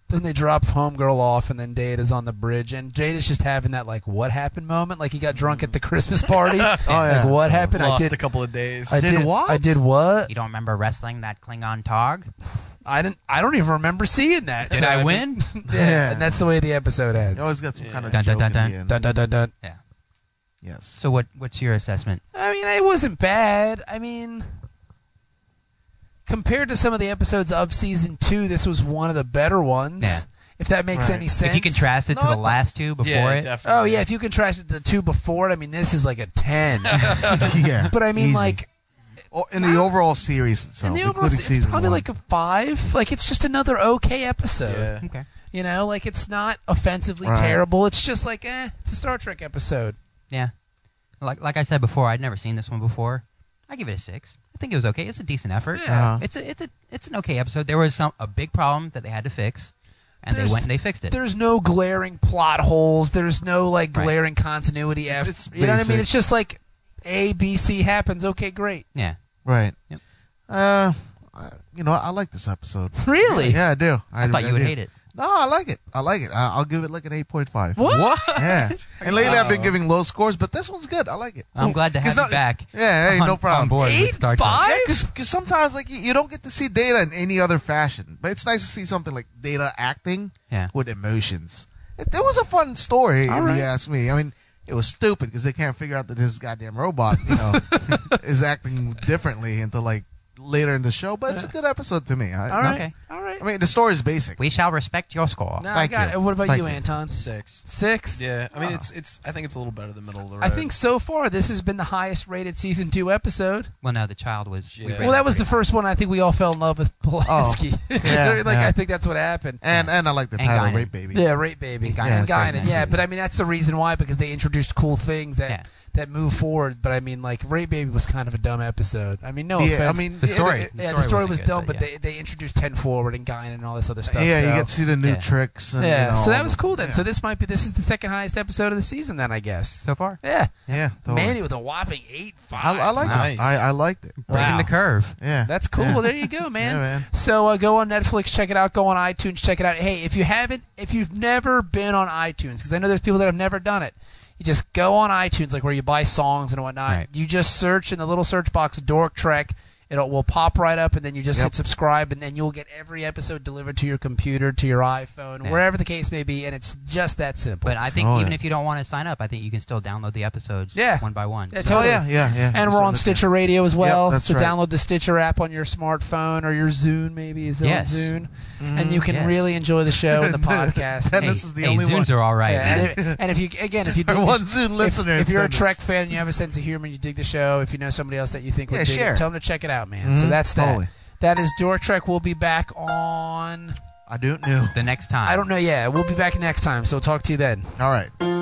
B: Then they drop Homegirl off, and then Data's on the bridge, and Data's just having that like "what happened" moment, like he got drunk at the Christmas party. oh
C: yeah.
B: Like what happened? I
D: Lost
B: did.
D: a couple of days.
B: I
C: Did
B: did
C: what?
B: I did what?
E: You don't remember wrestling that Klingon Tog?
B: I didn't. I don't even remember seeing that.
E: Did
B: So,
E: I
B: mean-
E: win?
B: yeah.
C: Yeah.
B: And that's the way the episode ends.
C: You always got some kind of
E: Dun, dun,
C: joke
E: dun,
C: at the
E: dun.
C: end.
B: dun dun dun dun.
E: yeah.
C: Yes.
E: So what? What's your assessment?
B: I mean, it wasn't bad. I mean, compared to some of the episodes of season two, this was one of the better ones.
E: Yeah.
B: If that makes
D: Right.
B: any sense.
E: If you contrast it to
C: No, I
E: the
C: thought-
E: last two before
D: yeah,
E: it,
B: Oh
D: definitely.
B: yeah, if you contrast it to the two before it, I mean, this is like a ten.
C: yeah.
B: but I mean,
C: Easy.
B: like
C: Oh, in the overall series
B: in
C: itself,
B: the overall,
C: including
B: se- it's
C: season
B: probably
C: one.
B: like a five. Like it's just another okay episode.
D: Yeah.
E: okay.
B: You know, like it's not offensively
C: Right.
B: terrible. It's just like, eh, it's a Star Trek episode.
E: Yeah. Like like I said before, I'd never seen this one before. I give it a six. I think it was okay. It's a decent effort.
B: Yeah.
C: Uh-huh.
E: It's a it's a it's an okay episode. There was some a big problem that they had to fix, and
B: There's-
E: they went and they fixed it.
B: There's no glaring plot holes. There's no like
E: Right.
B: glaring continuity.
C: It's-
B: F,
C: it's
B: you know what I mean?
C: basic.
B: It's just like A, B, C happens. Okay, great.
E: Yeah.
C: right.
E: Yep.
C: Uh, I- you know, I like this episode.
B: Really?
C: Yeah, I do.
E: I, thought you would hate it.
C: No, I like it. I like it. I, I'll give it like an eight point five.
B: What?
C: Yeah. And lately I've been
B: Wow.
C: giving low scores, but this one's good. I like it.
E: I'm glad to have
C: It's
E: you
C: not-
E: back.
C: Yeah, hey,
E: on-
C: no problem.
E: On board
B: Eight,
E: with Star Trek.
B: five?
C: because sometimes like you, you don't get to see data in any other fashion, but it's nice to see something like data acting
E: Yeah.
C: with emotions. It, it was a fun story, if
B: right.
C: you ask me. I mean, it was stupid because they can't figure out that this goddamn robot, you know, is acting differently until like later in the show. But it's a good episode to me. I,
B: All right.
E: Okay.
B: All right.
C: I mean, the story is basic.
E: We shall respect your score.
B: no, I
C: thank
B: got
C: you.
B: it. What about
C: Thank
B: you,
C: you.
B: Anton?
D: Six.
B: Six.
D: Yeah. I mean,
C: Wow.
D: it's it's. I think it's a little better than middle of the road.
B: I think so far this has been the highest rated season two episode.
E: Well, no, the child was. we
D: Yeah.
E: rated
B: Well, that was the
E: three.
B: first one I think we all fell in love with Pulaski.
C: Oh. yeah,
B: like
C: yeah.
B: I think that's what happened.
C: and and I like the
E: And
C: title,
E: Guinan.
C: Rape Baby.
B: Yeah, Rape Baby.
E: And Guinan
B: Yeah,
E: was
B: Guinan,
E: pregnant.
B: yeah, but I mean that's the reason why because they introduced cool things that
E: Yeah.
B: that move forward. But I mean, like Rape Baby was kind of a dumb episode. I mean, no
C: Yeah,
B: offense.
C: I mean
E: The story.
C: it- it-
B: yeah, the
E: story
B: story
E: wasn't
B: was
E: good,
B: dumb, but,
E: but yeah.
B: they they introduced Ten Forward and Guinan and all this other stuff.
C: yeah,
B: so-
C: you get to see the new
E: Yeah.
C: tricks. And,
B: yeah,
C: you know,
B: so
C: all
B: that was
C: the-
B: cool then.
C: yeah.
B: So this might be this is the second highest episode of the season then I guess.
E: so far.
B: yeah,
C: yeah, totally.
B: Manny with a whopping eight
C: I,
B: five.
C: I liked
D: Nice.
C: it. I, I liked it.
E: Breaking
B: Wow.
E: the curve.
C: Yeah,
B: That's cool.
C: Yeah.
B: Well, there you go, man.
C: Yeah, man.
B: So uh, go on Netflix, check it out. Go on iTunes, check it out. Hey, if you haven't, if you've never been on iTunes, because I know there's people that have never done it, you just go on iTunes, like where you buy songs and whatnot.
E: Right.
B: You just search in the little search box "Dork Trek." It will pop right up, and then you just
C: Yep.
B: hit subscribe, and then you'll get every episode delivered to your computer, to your iPhone,
E: Yeah.
B: wherever the case may be, and it's just that simple.
E: But I think
C: Oh,
E: even
C: yeah.
E: if you don't want to sign up, I think you can still download the episodes
B: Yeah.
E: one by one.
B: Yeah,
E: So-
B: totally.
C: Oh yeah, yeah, yeah.
B: and we're on Stitcher Radio as well.
C: that's
B: so
C: right.
B: download the Stitcher app on your smartphone or your Zune, maybe is it on
E: Yes.
B: Zune, and you can
E: yes.
B: really enjoy the show and the podcast.
C: Mm, That
E: Hey,
C: this is the
E: hey,
C: only
E: Zooms
C: one.
E: are all right.
B: Yeah,
E: man.
B: and, if, and if you again, if you do,
C: Our one Zoom
B: if-
C: listener
B: if,
C: is
B: you're a
C: Dennis.
B: Trek fan and you have a sense of humor and you dig the show, if you know somebody else that you think would
C: Yeah,
B: dig
C: share.
B: it, tell them to check it out, man. So
C: Mhm,
B: that's that.
C: totally.
B: That is Dork Trek. We'll be back on.
C: I don't know.
E: the next time.
B: I don't know. Yeah, we'll be back next time. So talk to you then.
C: All right.